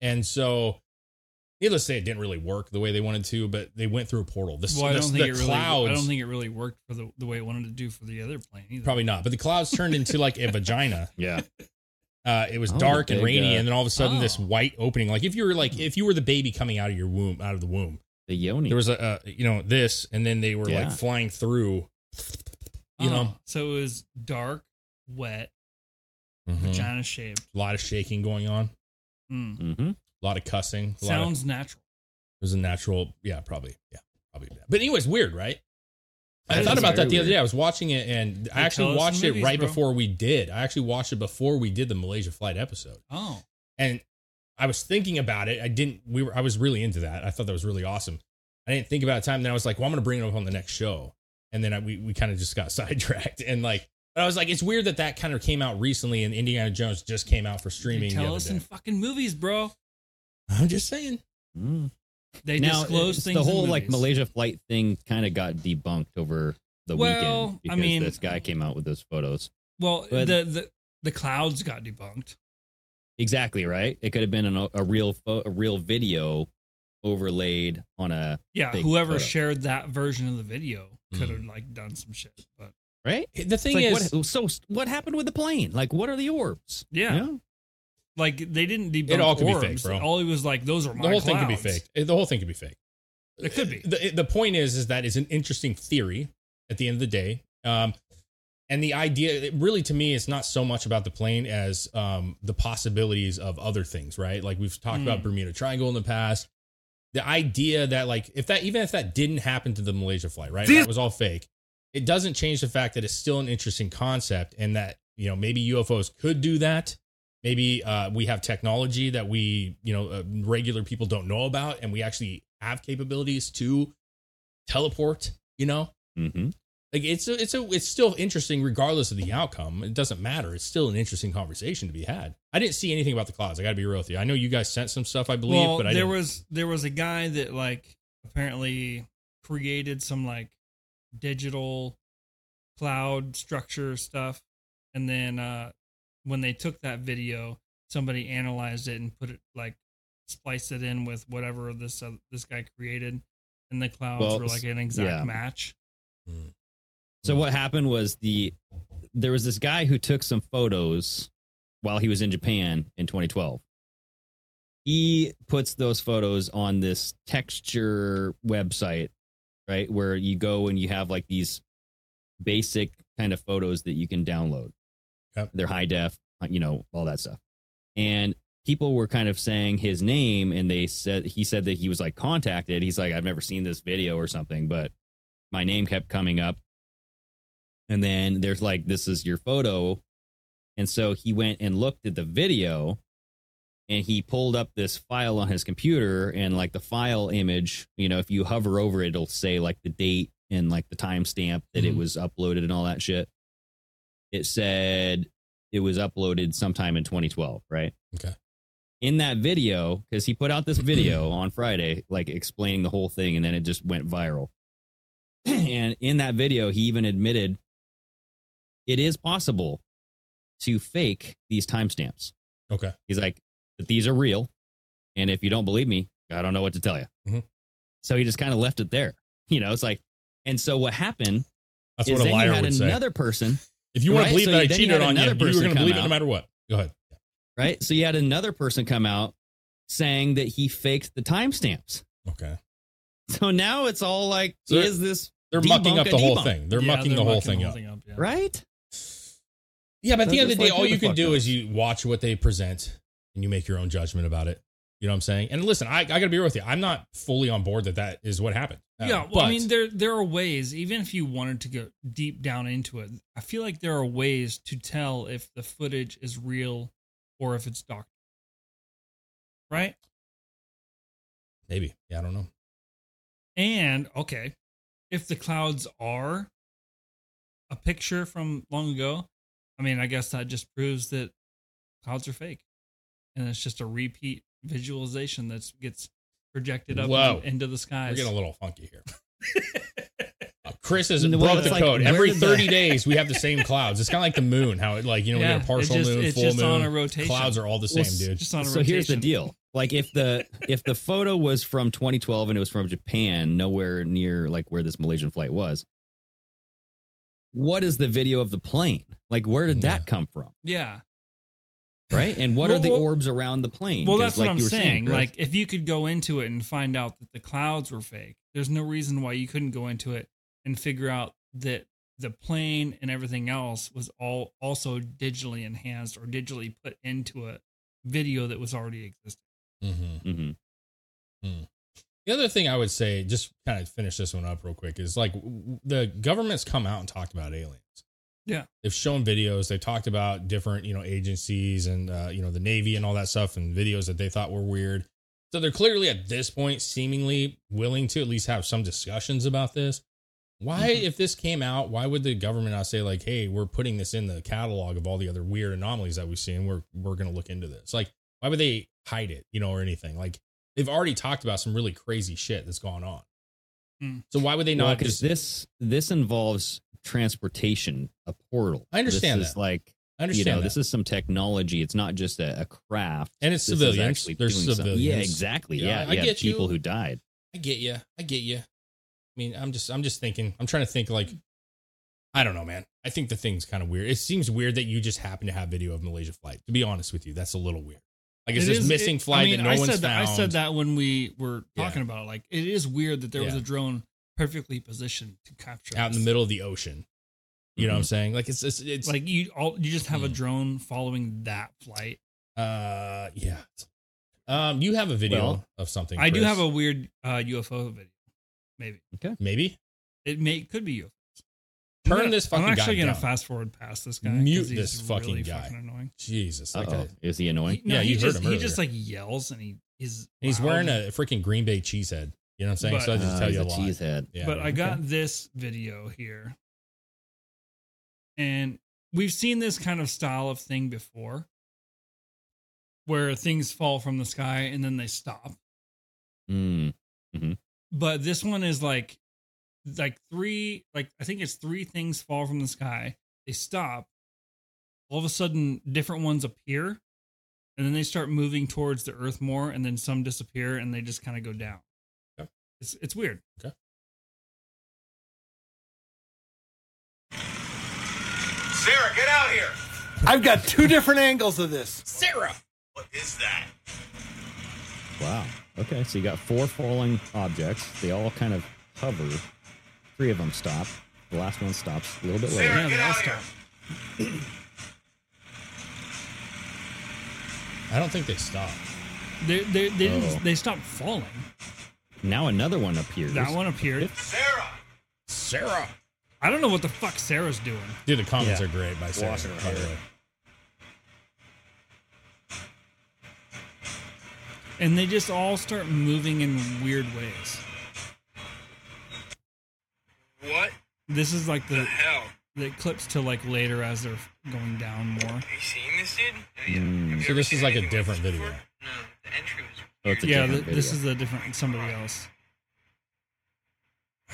S3: And so needless to say it didn't really work the way they wanted to, but they went through a portal. This,
S4: Well, I
S3: this-
S4: don't
S3: the
S4: think it really.
S3: clouds
S4: I don't think it really worked for the, the way it wanted to do for the other plane either.
S3: probably not, but the clouds turned into like a vagina.
S5: Yeah.
S3: Uh, it was
S5: Oh,
S3: dark
S5: big,
S3: and rainy,
S5: uh,
S3: and then all of a sudden this
S4: oh. Hmm.
S3: white opening. Like if you were like if you were the baby coming out of your womb, out of the womb,
S5: The Yoni.
S3: there was a uh, you know this, and then they were
S5: Yeah.
S3: like flying through.
S4: Oh,
S3: You know,
S4: So it was dark, wet,
S3: Mhm.
S4: vagina shaped.
S3: a lot of shaking going on,
S4: Mm.
S5: hmm
S3: a lot of cussing. A lot of,
S4: Sounds natural.
S3: it was a natural, yeah, probably, yeah, probably. That. But anyways, weird, right? I
S5: That
S3: thought
S5: is
S3: about that
S5: very
S3: the other day.
S5: weird.
S3: I was watching it, and I
S4: They
S3: actually
S4: tell us in
S3: watched it
S4: movies,
S3: right
S4: bro.
S3: before we did. I actually watched it before we did the Malaysia flight episode.
S4: Oh,
S3: and I was thinking about it. I didn't. We were. I was really into that. I thought that was really awesome. I didn't think about it time. Then I was like, well, I'm gonna bring it up on the next show. And then I, we we kind of just got sidetracked. And like, but I was like, it's weird that that kind of came out recently, and Indiana Jones just came out for
S4: they
S3: streaming. the
S4: tell
S3: other
S4: us
S3: day.
S4: in fucking movies, bro.
S3: I'm just saying.
S5: Mm.
S4: They
S5: now,
S4: disclose
S5: it's
S4: things.
S5: the
S4: in
S5: whole like
S4: movies.
S5: Malaysia flight thing kind of got debunked over the
S4: Well,
S5: weekend
S4: I
S5: because
S4: mean- uh,
S5: this guy came out with those photos.
S4: Well,
S5: but-
S4: the, the the clouds got debunked.
S5: Exactly right. It could have been an, a real pho- a real video overlaid on a
S4: Yeah,
S5: Big
S4: whoever
S5: photo.
S4: shared that version of the video could
S3: Mm.
S4: have like done some shit. But
S5: right.
S3: The
S5: It's
S3: thing
S5: like,
S3: is,
S5: what, so what happened with the plane? Like, what are the orbs?
S4: yeah,
S5: You know?
S4: like they didn't debunk
S3: all could be
S4: orbs.
S3: fake, bro.
S4: All it was like those are my
S3: the whole thing could be
S4: clouds.
S3: fake. The whole thing could be fake.
S4: It could be.
S3: the, the point is is that it's an interesting theory at the end of the day um and the idea it really to me it's not so much about the plane as um the possibilities of other things right like we've talked about
S4: Mm.
S3: bermuda triangle in the past the idea that like if that even if that didn't happen to the malaysia flight right that was all fake it doesn't change the fact that it's still an interesting concept and that you know maybe UFOs could do that. Maybe uh, we have technology that we you know uh, regular people don't know about, and we actually have capabilities to teleport. You know,
S5: Mm-hmm.
S3: like it's a, it's a it's still interesting regardless of the outcome. It doesn't matter. It's still an interesting conversation to be had. I didn't see anything about the clouds. I got to be real with you. I know you guys sent some stuff, I believe,
S4: well,
S3: but I
S4: there
S3: didn't.
S4: was there was a guy that like apparently created some like digital cloud structure stuff, and then uh, when they took that video, somebody analyzed it and put it like spliced it in with whatever this uh, this guy created, and the clouds
S5: Well,
S4: were like an exact
S5: yeah.
S4: match.
S5: So what happened was the there was this guy who took some photos while he was in Japan in 2012. He puts those photos on this texture website, right? Where you go and you have like these basic kind of photos that you can download.
S3: Yep.
S5: They're high def, you know, all that stuff. And people were kind of saying his name and they said he said that he was like contacted. He's like I've never seen this video or something, but my name kept coming up and then there's like, this is your photo. And so he went and looked at the video and he pulled up this file on his computer and like the file image, you know, if you hover over it, it'll say like the date and like the timestamp that it
S3: Mhm.
S5: was uploaded and all that shit. It said it was uploaded sometime in 2012, right?
S3: Okay.
S5: In that video, because he put out this video on Friday, like explaining the whole thing, and then it just went viral. and in that video, he even admitted it is possible to fake these timestamps.
S3: okay.
S5: He's like, "But these are real. And if you don't believe me, I don't know what to tell you.
S3: Mhm.
S5: So he just kind of left it there. You know, it's like, and so what happened
S3: That's
S5: is
S3: what a
S5: then
S3: liar
S5: you had
S3: would say.
S5: another person,
S3: If you want
S5: Right,
S3: to believe
S5: so
S3: that I
S5: then you had
S3: cheated on you,
S5: another
S3: you were
S5: person
S3: going to
S5: come
S3: believe it
S5: out.
S3: no matter what. Go ahead.
S5: right? So you had another person come out saying that he faked the timestamps.
S3: Okay.
S5: So now it's all like,
S3: So they're-
S5: is this
S3: They're mucking
S5: debunk
S3: up
S5: a
S3: the whole
S5: debunk?
S3: thing. They're
S4: Yeah,
S3: mucking
S4: they're
S3: the whole
S4: mucking
S3: thing up.
S4: yeah.
S5: right?
S3: Yeah, but at the
S5: They're
S3: end of the
S5: just
S3: day,
S5: like,
S3: all
S5: who
S3: you
S5: the
S3: can
S5: fuck
S3: do
S5: knows?
S3: is you watch what they present and you make your own judgment about it. You know what I'm saying? And listen, I, I got to be real with you. I'm not fully on board that that is what happened. Uh,
S4: yeah, well,
S3: but
S4: I mean, there there are ways. Even if you wanted to go deep down into it, I feel like there are ways to tell if the footage is real or if it's doctored. Right?
S3: maybe. Yeah, I don't know.
S4: And okay, if the clouds are a picture from long ago, I mean, I guess that just proves that clouds are fake, and it's just a repeat visualization that gets projected up
S3: Whoa.
S4: into the skies.
S3: We're getting a little funky here. Uh, Chris has
S5: Well,
S3: broke
S5: it's
S3: the
S5: like,
S3: code.
S5: where
S3: Every
S5: did the-
S3: 30 days, we have the same clouds. It's kind of like the moon, how it like, you know, we
S4: Yeah,
S3: get a
S4: it
S3: partial
S4: just-
S3: moon,
S4: it's
S3: full
S4: just
S3: moon.
S4: on a rotation.
S3: Clouds are all the
S5: Well,
S3: same, dude.
S4: just on a
S5: so here's the
S4: rotation.
S5: deal like if the if the photo was from 2012 and it was from japan nowhere near like where this malaysian flight was what is the video of the plane like where did
S3: Yeah.
S5: that come from
S4: Yeah.
S5: right and what
S4: Well,
S5: are the
S4: well-
S5: orbs around the plane
S4: Well,
S5: 'Cause
S4: that's what
S5: you
S4: I'm
S5: were
S4: saying.
S5: Chris,
S4: like, if you could go into it and find out that the clouds were fake, there's no reason why you couldn't go into it and figure out that the plane and everything else was all also digitally enhanced or digitally put into a video that was already existing.
S3: Mm-hmm.
S5: Mhm.
S3: The other thing I would say, just kind of finish this one up real quick, is like w- w- the government's come out and talked about aliens.
S4: Yeah.
S3: They've shown videos. They've talked about different, you know, agencies and, uh, you know, the Navy and all that stuff and videos that they thought were weird. So they're clearly at this point seemingly willing to at least have some discussions about this. Why, if this came out, why would the government not say like, "Hey, we're putting this in the catalog of all the other weird anomalies that we've seen. We're we're going to look into this." Like, why would they hide it, you know, or anything? Like, they've already talked about some really crazy shit that's gone on.
S4: Hmm.
S3: So why would they
S5: well,
S3: not
S5: 'cause
S3: just?
S5: this this involves transportation a portal
S3: I understand
S5: this is
S3: that.
S5: like
S3: I
S5: you
S3: understand
S5: know
S3: that.
S5: this is some technology it's not just a, a craft
S3: and it's
S5: This is
S3: civilians.
S5: actually
S3: There's
S5: doing something.
S3: civilians.
S5: yeah exactly
S3: Yeah,
S5: yeah
S3: I
S5: yeah,
S3: get you.
S5: people who died
S3: I get you. I get you. I mean, I'm just, I'm just thinking. I'm trying to think. Like, I don't know, man. I think the thing's kind of weird. It seems weird that you just happen to have video of Malaysia flight. To be honest with you, that's a little weird. Like, it's
S4: It
S3: this
S4: is-
S3: missing
S4: it-
S3: flight that no
S4: I
S3: one's
S4: said
S3: found.
S4: I said that when we were
S3: Yeah.
S4: talking about it. Like, it is weird that there was
S3: Yeah.
S4: a drone perfectly positioned to capture
S3: out in the
S4: this.
S3: middle of the ocean. You know what I'm saying? Like, it's, it's, it's
S4: It's Mm-hmm. like you all you just have a
S3: Hmm.
S4: drone following that flight.
S3: uh, yeah. Um, you have a video
S5: Well,
S3: of something.
S4: I do
S3: Chris.
S4: have a weird uh, UFO video. Maybe
S3: maybe.
S4: it may could be UFO.
S3: Turn
S4: I'm gonna-
S3: this fucking
S4: I'm actually
S3: guy
S4: gonna
S3: down.
S4: fast forward past this guy. 'cause
S3: Mute
S4: he's
S3: this fucking
S4: really
S3: guy.
S4: Fucking annoying.
S3: Jesus, like
S5: Oh,
S3: a-
S5: is he annoying?
S3: Yeah,
S4: he
S3: you heard
S4: just,
S3: him
S4: He
S3: earlier.
S4: just like yells and he is.
S3: he's
S4: loud.
S3: wearing a freaking Green Bay cheesehead. You know what I'm saying?
S4: But-
S3: so that just
S5: Uh,
S3: tell
S5: he's
S3: you a
S5: a
S3: lot.
S5: cheesehead.
S3: Yeah,
S4: but
S3: man.
S4: I got this video here. And we've seen this kind of style of thing before where things fall from the sky and then they stop.
S5: Mm.
S4: But this one is like like three like I think it's three things fall from the sky. They stop. All of a sudden different ones appear and then they start moving towards the earth more and then some disappear and they just kind of go down.
S3: Yep.
S4: It's it's weird.
S2: Sarah, get out here.
S10: I've got two different angles of this.
S2: Sarah. What is that?
S5: Wow. Okay, so you got four falling objects. They all kind of hover. Three of them stop. The last one stops a little bit later.
S2: Sarah,
S4: yeah,
S2: get
S4: they all
S2: out here.
S3: I don't think they stopped.
S4: They they they, didn't,
S5: Oh.
S4: they stopped falling.
S5: Now another one appears.
S4: That one appeared.
S2: Sarah.
S3: Sarah,
S4: I don't know what the fuck Sarah's doing.
S3: dude, the comments
S5: Yeah.
S3: are great by Sarah.
S5: Washing her
S3: by the
S5: hair.
S3: way.
S4: And they just all start moving in weird ways.
S2: What
S4: This is like
S2: the
S4: the
S2: hell?
S4: the clips to like later as they're going down more.
S2: Have you seen this, dude? Have you-
S5: Mm.
S2: have you
S3: So
S2: ever
S3: this
S2: seen
S3: is like a
S2: anything like
S3: different
S2: this
S3: video.
S2: before? No, the entry was.
S5: Oh, it's a
S4: Yeah, th-
S5: different
S4: this
S5: video.
S4: is a different somebody
S2: Oh.
S4: else.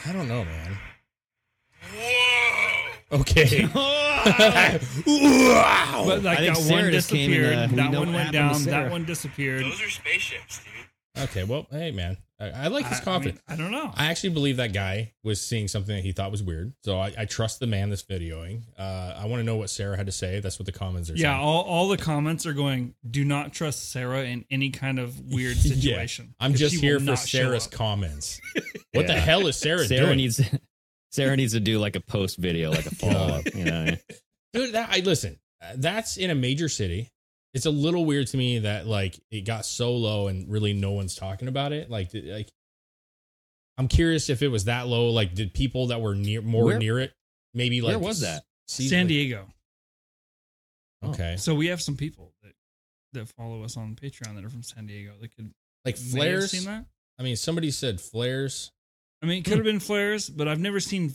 S3: I don't know, man.
S2: Whoa.
S3: Okay.
S4: But like
S5: Oh, I think
S4: that one
S5: Sarah just came in,
S4: disappeared,
S5: uh, we
S4: that
S5: don't
S4: one went
S5: happen to
S4: down, that
S5: Sarah.
S4: one disappeared.
S2: Those are spaceships, dude.
S3: okay. Well, hey, man. I, I like his
S4: I-
S3: confidence.
S4: I, mean, I don't know.
S3: I actually believe that guy was seeing something that he thought was weird. So I, I trust the man that's videoing. Uh, I want to know what Sarah had to say. That's what the comments are
S4: yeah,
S3: saying.
S4: all, all the comments are going. Do not trust Sarah in any kind of weird
S3: Yeah.
S4: situation.
S3: I'm
S4: 'Cause
S3: just
S4: she will
S3: here for
S4: not show
S3: Sarah's
S4: up."
S3: comments. What the
S5: Yeah.
S3: hell is Sarah,
S5: Sarah
S3: doing?
S5: needs Sarah needs to do like a post video, like a follow up. You know?
S3: Dude, that, I listen. uh, That's in a major city. It's a little weird to me that like it got so low and really no one's talking about it. Like, did- like I'm curious if it was that low. Like, did people that were near more
S5: Where-
S3: near it maybe like
S5: where was that?
S3: see-
S4: San Diego.
S3: Okay,
S4: So we have some people that that follow us on Patreon that are from San Diego that could
S3: like
S4: may have
S3: flares.
S4: Seen that?
S3: I mean, somebody said flares.
S4: I mean, it
S3: Hmm.
S4: could have been flares, but I've never seen.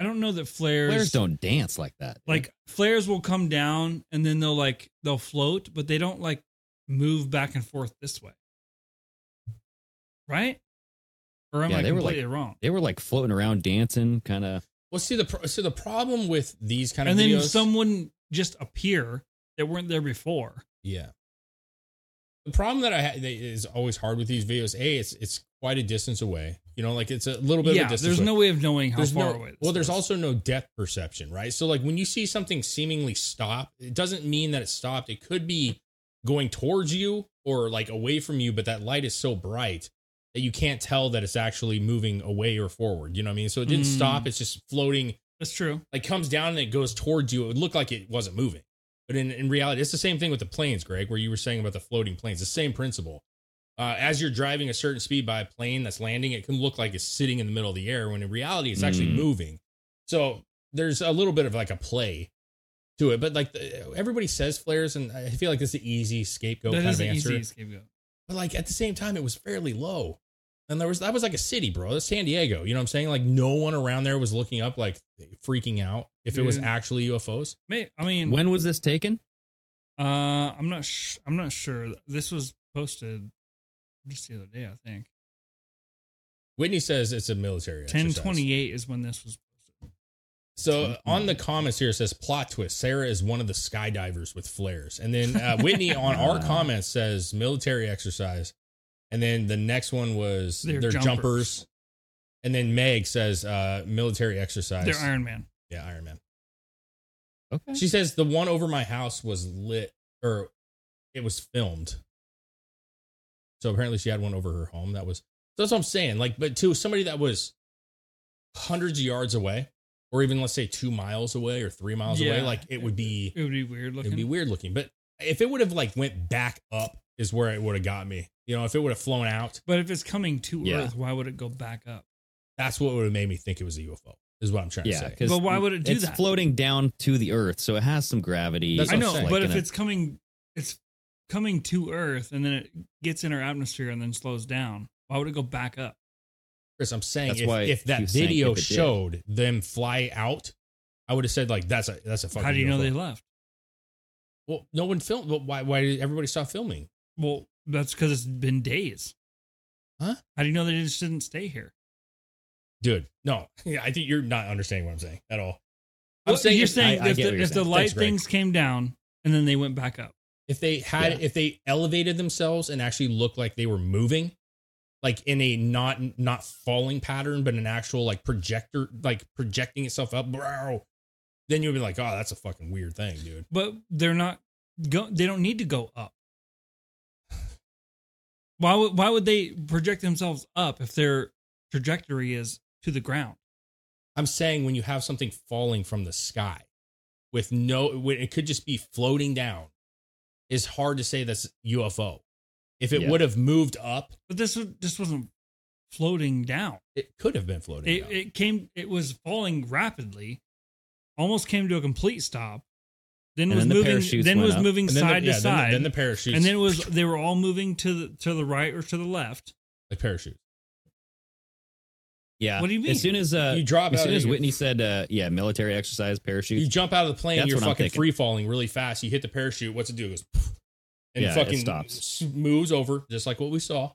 S4: I don't know that flares.
S5: Players don't dance like that.
S4: like flares will come down and then they'll like they'll float, but they don't like move back and forth this way, right? Or am
S5: Yeah,
S4: I
S5: they were,
S4: completely wrong?
S5: they were like floating around dancing, kind of.
S3: Well, see the pro- so the problem with these kind of
S4: And then
S3: videos,
S4: someone just appear that weren't there before.
S3: Yeah. The problem that I ha- that is always hard with these videos. A, it's it's quite a distance away. You know, like it's a little bit of
S4: Yeah,
S3: a distance.
S4: there's
S3: away.
S4: no way of knowing how
S3: There's
S4: far
S3: no-
S4: away. this
S3: well, there's
S4: was.
S3: also no depth perception, right? So like when you see something seemingly stop, it doesn't mean that it stopped. It could be going towards you or like away from you, but that light is so bright that you can't tell that it's actually moving away or forward. You know what I mean? So it didn't
S4: Mm.
S3: stop. It's just floating
S4: that's true.
S3: like comes down and it goes towards you, it would look like it wasn't moving. But in, in reality, it's the same thing with the planes, Greg, where you were saying about the floating planes, the same principle. Uh, as you're driving a certain speed by a plane that's landing, it can look like it's sitting in the middle of the air when in reality, it's actually
S5: Mm.
S3: moving. So there's a little bit of like a play to it. But like the, everybody says flares, and I feel like this is an easy scapegoat
S4: That
S3: kind
S4: is
S3: of
S4: an
S3: answer.
S4: easy escape goat.
S3: But like at the same time, it was fairly low. And there was that was like a city, bro. That's San Diego. You know what I'm saying? Like no one around there was looking up, like freaking out if it was
S4: Dude.
S3: actually UFOs.
S4: May- I mean,
S5: When was this taken?
S4: Uh, I'm not. Sh- I'm not sure. This was posted just the other day, I think.
S3: Whitney says it's a military.
S4: Ten
S3: exercise.
S4: twenty eight is when this was.
S3: So on the comments here it says plot twist. Sarah is one of the skydivers with flares, and then uh, Whitney on our comments says military exercise, and then the next one was
S4: They're
S3: their, jumpers.
S4: jumpers.
S3: and then Meg says uh, military exercise.
S4: They're Iron Man.
S3: yeah, Iron Man.
S5: Okay.
S3: She says the one over my house was lit or it was filmed. So apparently she had one over her home. That was that's what I'm saying. Like, but to somebody that was hundreds of yards away, or even let's say two miles away or three miles away,
S4: Yeah.
S3: like it would be
S4: It would be weird
S3: it
S4: looking.
S3: would be weird looking. But if it would have like went back up is where it would have got me. You know, if it would have flown out,
S4: But if it's coming to
S5: Yeah.
S4: Earth, why would it go back up?
S3: that's what would have made me think it was a UFO. is what I'm trying
S5: Yeah,
S3: to say.
S5: because
S4: But why would it do
S5: it's
S4: that?
S5: floating down to the earth, so it has some gravity.
S3: That's
S4: I
S3: what
S4: know,
S3: I'm saying.
S4: but if
S5: gonna-
S4: it's coming, it's coming to Earth and then it gets in our atmosphere and then slows down. Why would it go back up?
S3: Chris, I'm saying
S5: That's
S3: if,
S5: why
S3: if
S5: he
S3: that
S5: was saying
S3: video
S5: if it did.
S3: showed them fly out, I would have said like that's a that's a fucking.
S4: How do you know
S3: UFO.
S4: they left?
S3: Well, no one filmed. But why? Why did everybody stop filming?
S4: Well, that's because it's been days.
S3: Huh?
S4: How do you know they just didn't stay here?
S3: Dude, no. Yeah, I think you're not understanding what I'm saying at all. I'm
S4: Well,
S3: saying
S4: you're
S3: if,
S4: saying
S3: I- I
S4: if,
S3: get what
S4: the,
S3: you're
S4: if the
S3: saying.
S4: light
S3: Thanks, Greg.
S4: things came down and then they went back up.
S3: if they had
S5: Yeah.
S3: if they elevated themselves and actually looked like they were moving, like in a not not falling pattern, but an actual like projector like projecting itself up, bro. Then you'd be like, oh, that's a fucking weird thing, dude.
S4: But they're not go they don't need to go up. Why would why would they project themselves up if their trajectory is to the ground?
S3: I'm saying when you have something falling from the sky with no, when it could just be floating down, it's hard to say that's UFO. If it
S5: Yeah.
S3: would have moved up,
S4: But this was this wasn't floating down.
S3: it could have been floating
S4: It
S3: down.
S4: it came it was falling rapidly, almost came to a complete stop. Then
S5: And
S4: was
S5: then the
S4: moving
S5: parachutes
S4: then
S5: went
S4: was
S5: up.
S4: moving
S3: And then the-
S4: side
S3: yeah,
S4: to
S3: then the-
S4: side.
S3: Then, the parachutes.
S4: and then it was they were all moving to the to the right or to the left.
S3: like parachutes.
S5: yeah.
S4: What do you mean?
S5: As soon as uh,
S3: You drop
S5: as
S3: out
S5: soon
S3: of
S5: as
S3: your-
S5: Whitney said, uh, yeah, military exercise parachute.
S3: You jump out of the plane,
S5: That's
S3: you're
S5: what I'm
S3: fucking
S5: thinking.
S3: free falling really fast. You hit the parachute. What's it do? It goes and
S5: Yeah, it
S3: fucking
S5: stops.
S3: s- moves over, just like what we saw.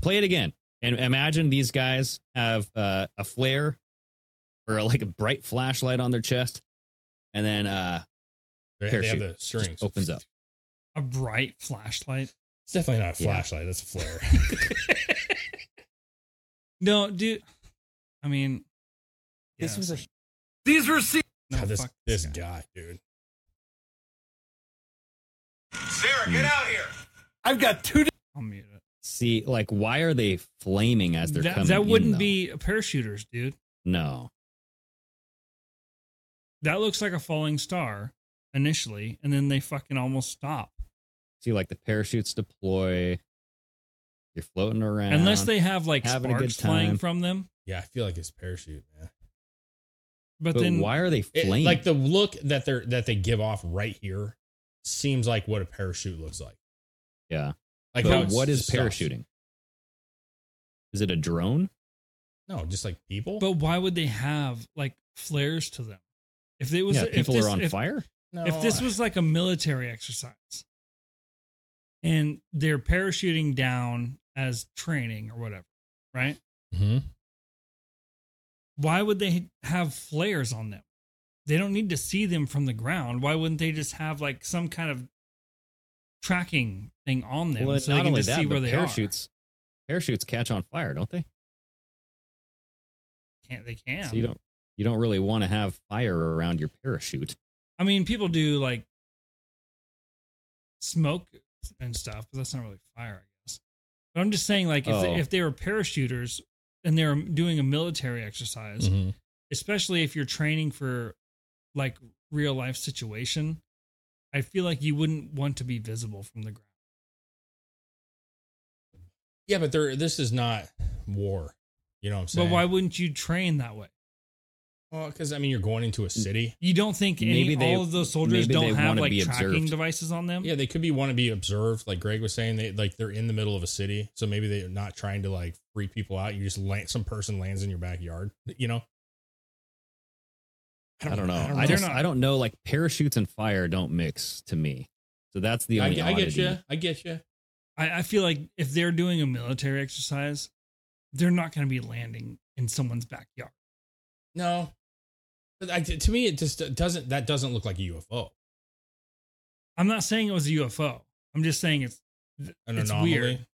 S5: play it again and imagine these guys have uh, a flare or like a bright flashlight on their chest and then uh
S3: They, they have the
S5: Parachute
S3: strings.
S5: opens up
S4: A bright flashlight.
S3: It's definitely not a
S5: Yeah.
S3: flashlight. That's a flare.
S4: No, dude. I mean,
S6: This
S4: yeah.
S6: was a
S4: No,
S3: God, this
S4: fuck this
S3: this guy, dude.
S2: Sarah,
S3: Hmm.
S2: get out here.
S4: I'll mute it.
S5: see like why are they flaming as they're
S4: That,
S5: coming
S4: that
S5: in,
S4: wouldn't
S5: though?
S4: be parachuters, dude.
S5: no
S4: That looks like a falling star initially, and then they fucking almost stop.
S5: see like the parachutes deploy you're floating around
S4: Unless they have like
S5: Having a good
S4: sparks flying
S5: time.
S4: from them.
S3: Yeah, I feel like it's parachute, man.
S4: But,
S5: but,
S4: then
S5: why are they
S3: It-
S5: flaming
S3: like the look that they're that they give off right here seems like what a parachute looks like.
S5: yeah
S3: Like how
S5: but
S3: it's
S5: what is
S3: stuffed.
S5: parachuting is it a drone
S3: No, just like people.
S4: But why would they have like flares to them? If it was
S5: yeah
S4: if
S5: people
S4: this-
S5: are on
S4: if-
S5: fire
S3: no,
S4: if this was like a military exercise and they're parachuting down as training or whatever, right?
S5: Mm-hmm.
S3: Mhm.
S4: Why would they have flares on them? They don't need to see them from the ground. Why wouldn't they just have like some kind of tracking thing on them
S5: Well,
S4: so
S5: not
S4: they can
S5: only
S4: just
S5: that,
S4: see
S5: but
S4: where they
S5: parachutes parachutes catch on fire, don't they?
S4: are? Can't they can?
S5: So you don't you don't really want to have fire around your parachute.
S4: I mean, people do like smoke and stuff, but that's not really fire, I guess. But I'm just saying, like, if,
S5: Oh.
S4: they, if they were parachuters and they're doing a military exercise,
S5: Mm-hmm.
S3: Mhm.
S4: especially if you're training for like real life situation, I feel like you wouldn't want to be visible from the ground.
S3: Yeah, but there this is not war. You know what I'm saying?
S4: But why wouldn't you train that way?
S3: Well, because I mean, you're going into a
S5: Mm.
S3: city.
S4: You don't think any,
S5: Maybe they-
S4: all of those soldiers
S5: maybe they
S4: don't have
S5: wanna
S4: like
S5: be
S4: tracking
S5: observed.
S4: devices on them?
S3: Yeah, they could be want to be observed, like Greg was saying. They like they're in the middle of a city, so maybe they're not trying to like freak people out. You just land, some person lands in your backyard. You know.
S5: I don't know. I,
S4: They're
S5: just
S4: not-
S5: I don't know. Like parachutes and fire don't mix to me. So that's the
S3: I,
S5: only.
S3: I get
S5: oddity.
S3: you. I get you.
S4: I, I feel like if they're doing a military exercise, they're not going to be landing in someone's backyard.
S3: No, but I, to me, it just doesn't. That doesn't look like a UFO.
S4: I'm not saying it was a UFO. I'm just saying it's
S3: An
S4: it's
S3: anomaly.
S4: weird.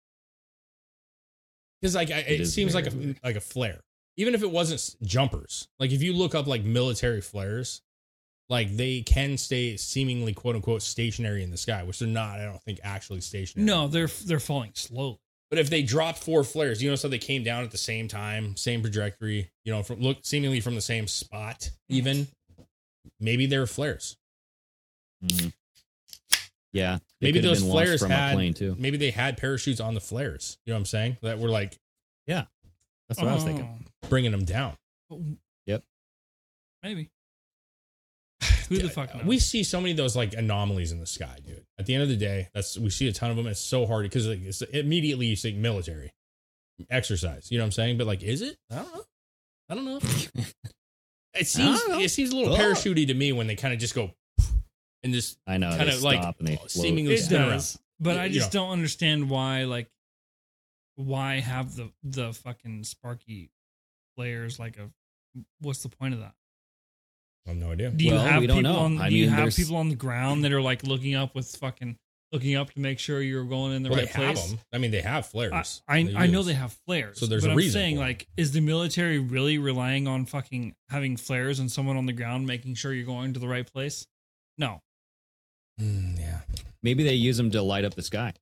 S3: Because like I,
S5: It
S3: it,
S5: is
S3: seems
S5: very
S3: like a
S5: weird.
S3: like a flare. Even if it wasn't s- jumpers, like if you look up like military flares, like they can stay seemingly quote unquote stationary in the sky, which they're not. I don't think actually stationary.
S4: No, they're they're falling slowly.
S3: But if they dropped four flares, you know, so they came down at the same time, same trajectory, you know, from, look seemingly from the same spot, even maybe they're flares.
S5: Mhm. Yeah, they
S3: Maybe
S5: could have
S3: those
S5: been launched
S3: flares
S5: from
S3: had
S5: a plane too.
S3: maybe they had parachutes on the flares. You know what I'm saying? That were like
S5: That's what I was thinking.
S4: Oh.
S3: bringing them down.
S4: Maybe. Who the fuck knows?
S3: we see so many of those like anomalies in the sky, dude. At the end of the day, that's we see a ton of them. It's so hard because like it's, immediately you think military exercise. You know what I'm saying? But like, is it? I don't know. Oh, I don't know. it seems
S5: don't know.
S3: it seems a little
S5: Oh.
S3: parachutey to me when they kind of just go and just
S5: I know.
S3: kind
S5: they
S3: of like
S5: stop and they float.
S3: seemingly
S4: it
S3: spin around.
S4: does, but I
S3: You
S4: just don't understand why. Like, why have the the fucking Sparky players like a? What's the point of that?
S3: I have no idea.
S4: Do you
S5: Well,
S4: have
S5: we don't
S4: people
S5: know.
S4: on?
S5: I
S4: do you
S5: mean,
S4: have
S5: there's-
S4: people on the ground that are like looking up with fucking looking up to make sure you're going in the
S3: Well,
S4: right
S3: they
S4: place?
S3: have them. I mean, they have
S4: I,
S3: flares.
S4: I, I know
S3: use.
S4: they have flares.
S3: So there's
S4: but
S3: a
S4: I'm
S3: reason
S4: saying,
S3: for it.
S4: like, is the military really relying on fucking having flares and someone on the ground making sure you're going to the right place? No.
S3: Mm, yeah.
S5: Maybe they use them to light up the sky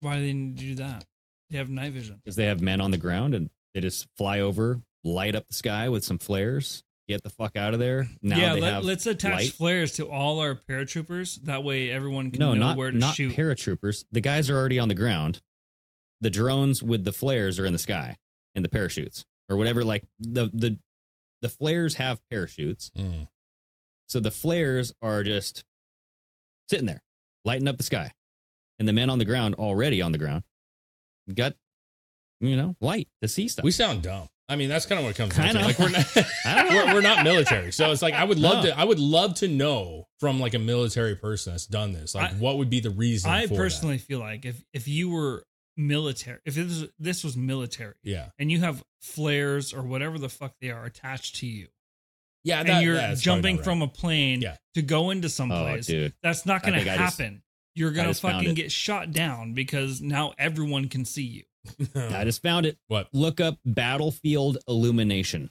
S4: Why do they need to do that? They have night vision.
S5: because they have men on the ground and they just fly over, light up the sky with some flares. Get the fuck out of there. Now
S4: yeah,
S5: they
S4: let,
S5: have
S4: us attach
S5: light.
S4: flares to all our paratroopers. That way, everyone can
S5: no,
S4: know
S5: not
S4: where to
S5: not
S4: shoot.
S5: paratroopers. The guys are already on the ground. The drones with the flares are in the sky and the parachutes or whatever. Like the the the flares have parachutes,
S3: Mm.
S5: so the flares are just sitting there, lighting up the sky, and the men on the ground already on the ground got you know light to see stuff.
S3: We sound dumb. I mean, that's kind of what it comes down
S5: Kinda.
S3: to. Like we're not,
S5: I don't know.
S3: we're, we're not military, so it's like I would love
S5: No.
S3: to. I would love to know from like a military person that's done this. Like,
S4: I-
S3: what would be the reason?
S4: I
S3: for that?
S4: personally feel like if if you were military, if this was, this was military,
S3: yeah,
S4: and you have flares or whatever the fuck they are attached to you,
S3: yeah,
S4: and you're jumping from a plane
S3: Yeah.
S4: to go into
S5: oh,
S4: someplace,
S5: dude,
S4: that's not
S5: I
S4: going to
S5: think I just-
S4: happen. you're going to
S5: just found
S4: fucking
S5: it.
S4: get shot down because now everyone can see you.
S5: I just found it.
S3: what?
S5: Look up battlefield illumination.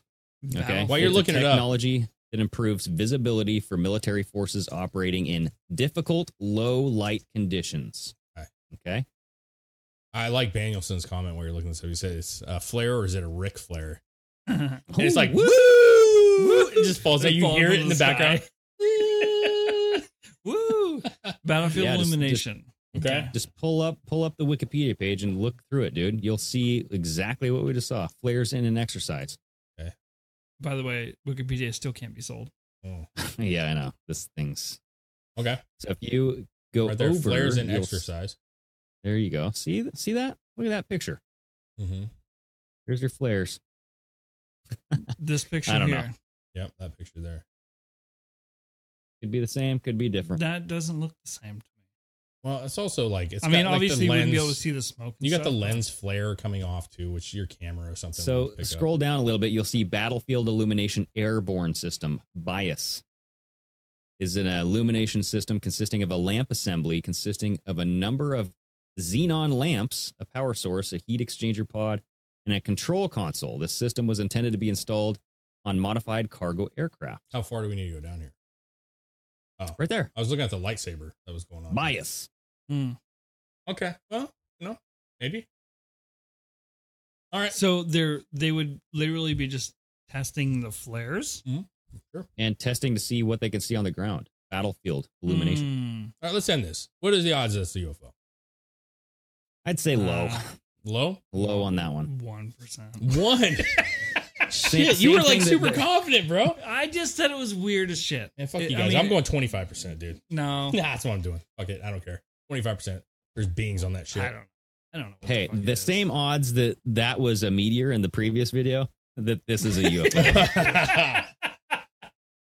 S5: Okay.
S4: Battlefield-
S3: While you're
S5: It's a
S3: looking it up-
S5: technology that improves visibility for military forces operating in difficult low light conditions.
S3: Okay.
S5: Okay.
S3: I like Danielson's comment where you're looking at this. He said it's a flare or is it a Rick flare? And it's like woo, woo, it just falls.
S4: It
S3: out. You
S4: falls
S3: hear it
S4: in
S3: in
S4: the
S3: the
S4: sky.
S3: background.
S4: Woo! Battlefield
S5: Yeah, just- just-
S4: illumination.
S3: Okay.
S5: Just pull up pull up the Wikipedia page and look through it, dude. You'll see exactly what we just saw. Flares in an exercise.
S4: By the way, Wikipedia still can't be sold.
S3: Oh,
S5: yeah, I know. This thing's
S3: Okay,
S5: so if you go
S3: are there
S5: over
S3: flares in
S5: you'll-
S3: exercise?
S5: There you go. See see that? Look at that picture.
S3: Mm-hmm.
S5: Here's your flares.
S4: This picture
S5: I don't know.
S4: here.
S3: Yep, that picture there.
S5: Could be the same, could be different.
S4: That doesn't look the same to me.
S3: Well, it's also like it's.
S4: I mean,
S3: got, like, the
S4: obviously, you wouldn't be
S3: lens-
S4: able to see the smoke. and
S3: You got the
S4: stuff.
S3: lens flare coming off too, which your camera or something.
S5: So
S3: would pick up.
S5: scroll down a little bit, you'll see Battlefield Illumination Airborne System BIAS is an illumination system consisting of a lamp assembly consisting of a number of xenon lamps, a power source, a heat exchanger pod, and a control console. This system was intended to be installed on modified cargo aircraft.
S3: How far do we need to go down here? Oh,
S5: Right there.
S3: I was looking at the lightsaber that was going on.
S5: BIAS.
S4: Hmm.
S3: Okay. Well, no, maybe. All right.
S4: So they're they would literally be just testing the flares.
S5: And testing to see what they can see on the ground. Battlefield illumination.
S3: All right. Let's end this. What is the odds that's a UFO?
S5: I'd say low.
S3: Low.
S5: low on that one.
S4: Hmm. One percent.
S3: One.
S5: Same-
S3: Shit, you were
S5: same
S3: like
S5: thing
S3: super
S5: that-
S3: confident, bro.
S4: I just said it was weird as shit.
S3: Man, fuck
S4: It-
S3: you
S4: I
S3: guys.
S4: mean,
S3: I'm going 25 percent, dude.
S4: No,
S3: Nah, that's what I'm doing. Fuck it. I don't care. 25 percent. There's beings on that shit.
S4: I don't. I don't know. what
S5: Hey,
S4: fuck it
S5: the
S4: is.
S5: same odds that that was a meteor in the previous video that this is a UFO.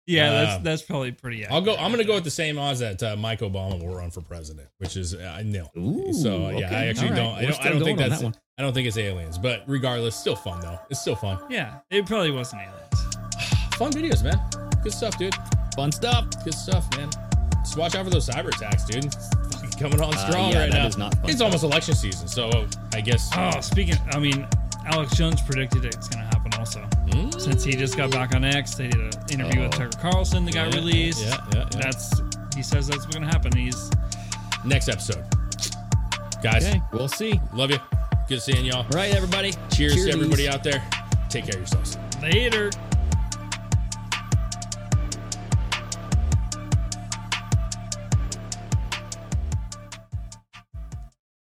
S4: Yeah, that's
S3: Um,
S4: that's probably pretty.
S3: I'll go. I'm going to go with
S4: accurate.
S3: the same odds that uh, Mike Obama will run for president, which is uh, nil.
S5: Ooh,
S3: so yeah,
S5: okay.
S3: I actually
S5: All right.
S3: don't. I
S5: We're
S3: don't,
S5: still
S3: I don't
S5: going
S3: think
S5: on
S3: that's.
S5: that one.
S3: I don't think it's aliens, but regardless, still fun though. It's still fun.
S4: Yeah, it probably wasn't aliens.
S3: Fun videos, man. Good stuff, dude.
S5: Fun stuff.
S3: Good stuff, man. Just watch out for those cyber attacks, dude. It's fucking coming on
S5: Uh,
S3: strong
S5: yeah,
S3: right
S5: that
S3: now.
S5: is not fun
S3: it's
S5: stuff.
S3: almost election season, so I guess.
S4: Oh, speaking, I mean, Alex Jones predicted it's going to happen also.
S3: Mm.
S4: Since he just got back on X, they did an interview with
S5: Uh-oh.
S4: Tucker Carlson that got
S3: Yeah,
S4: released.
S3: yeah, yeah, yeah.
S4: That's he says that's what's going to happen. He's
S3: Next episode, guys.
S5: Okay, we'll see.
S3: Love you. Good seeing y'all.
S5: All right, everybody.
S3: Cheers
S5: Cheersies.
S3: to everybody out there. Take care of yourselves.
S4: later.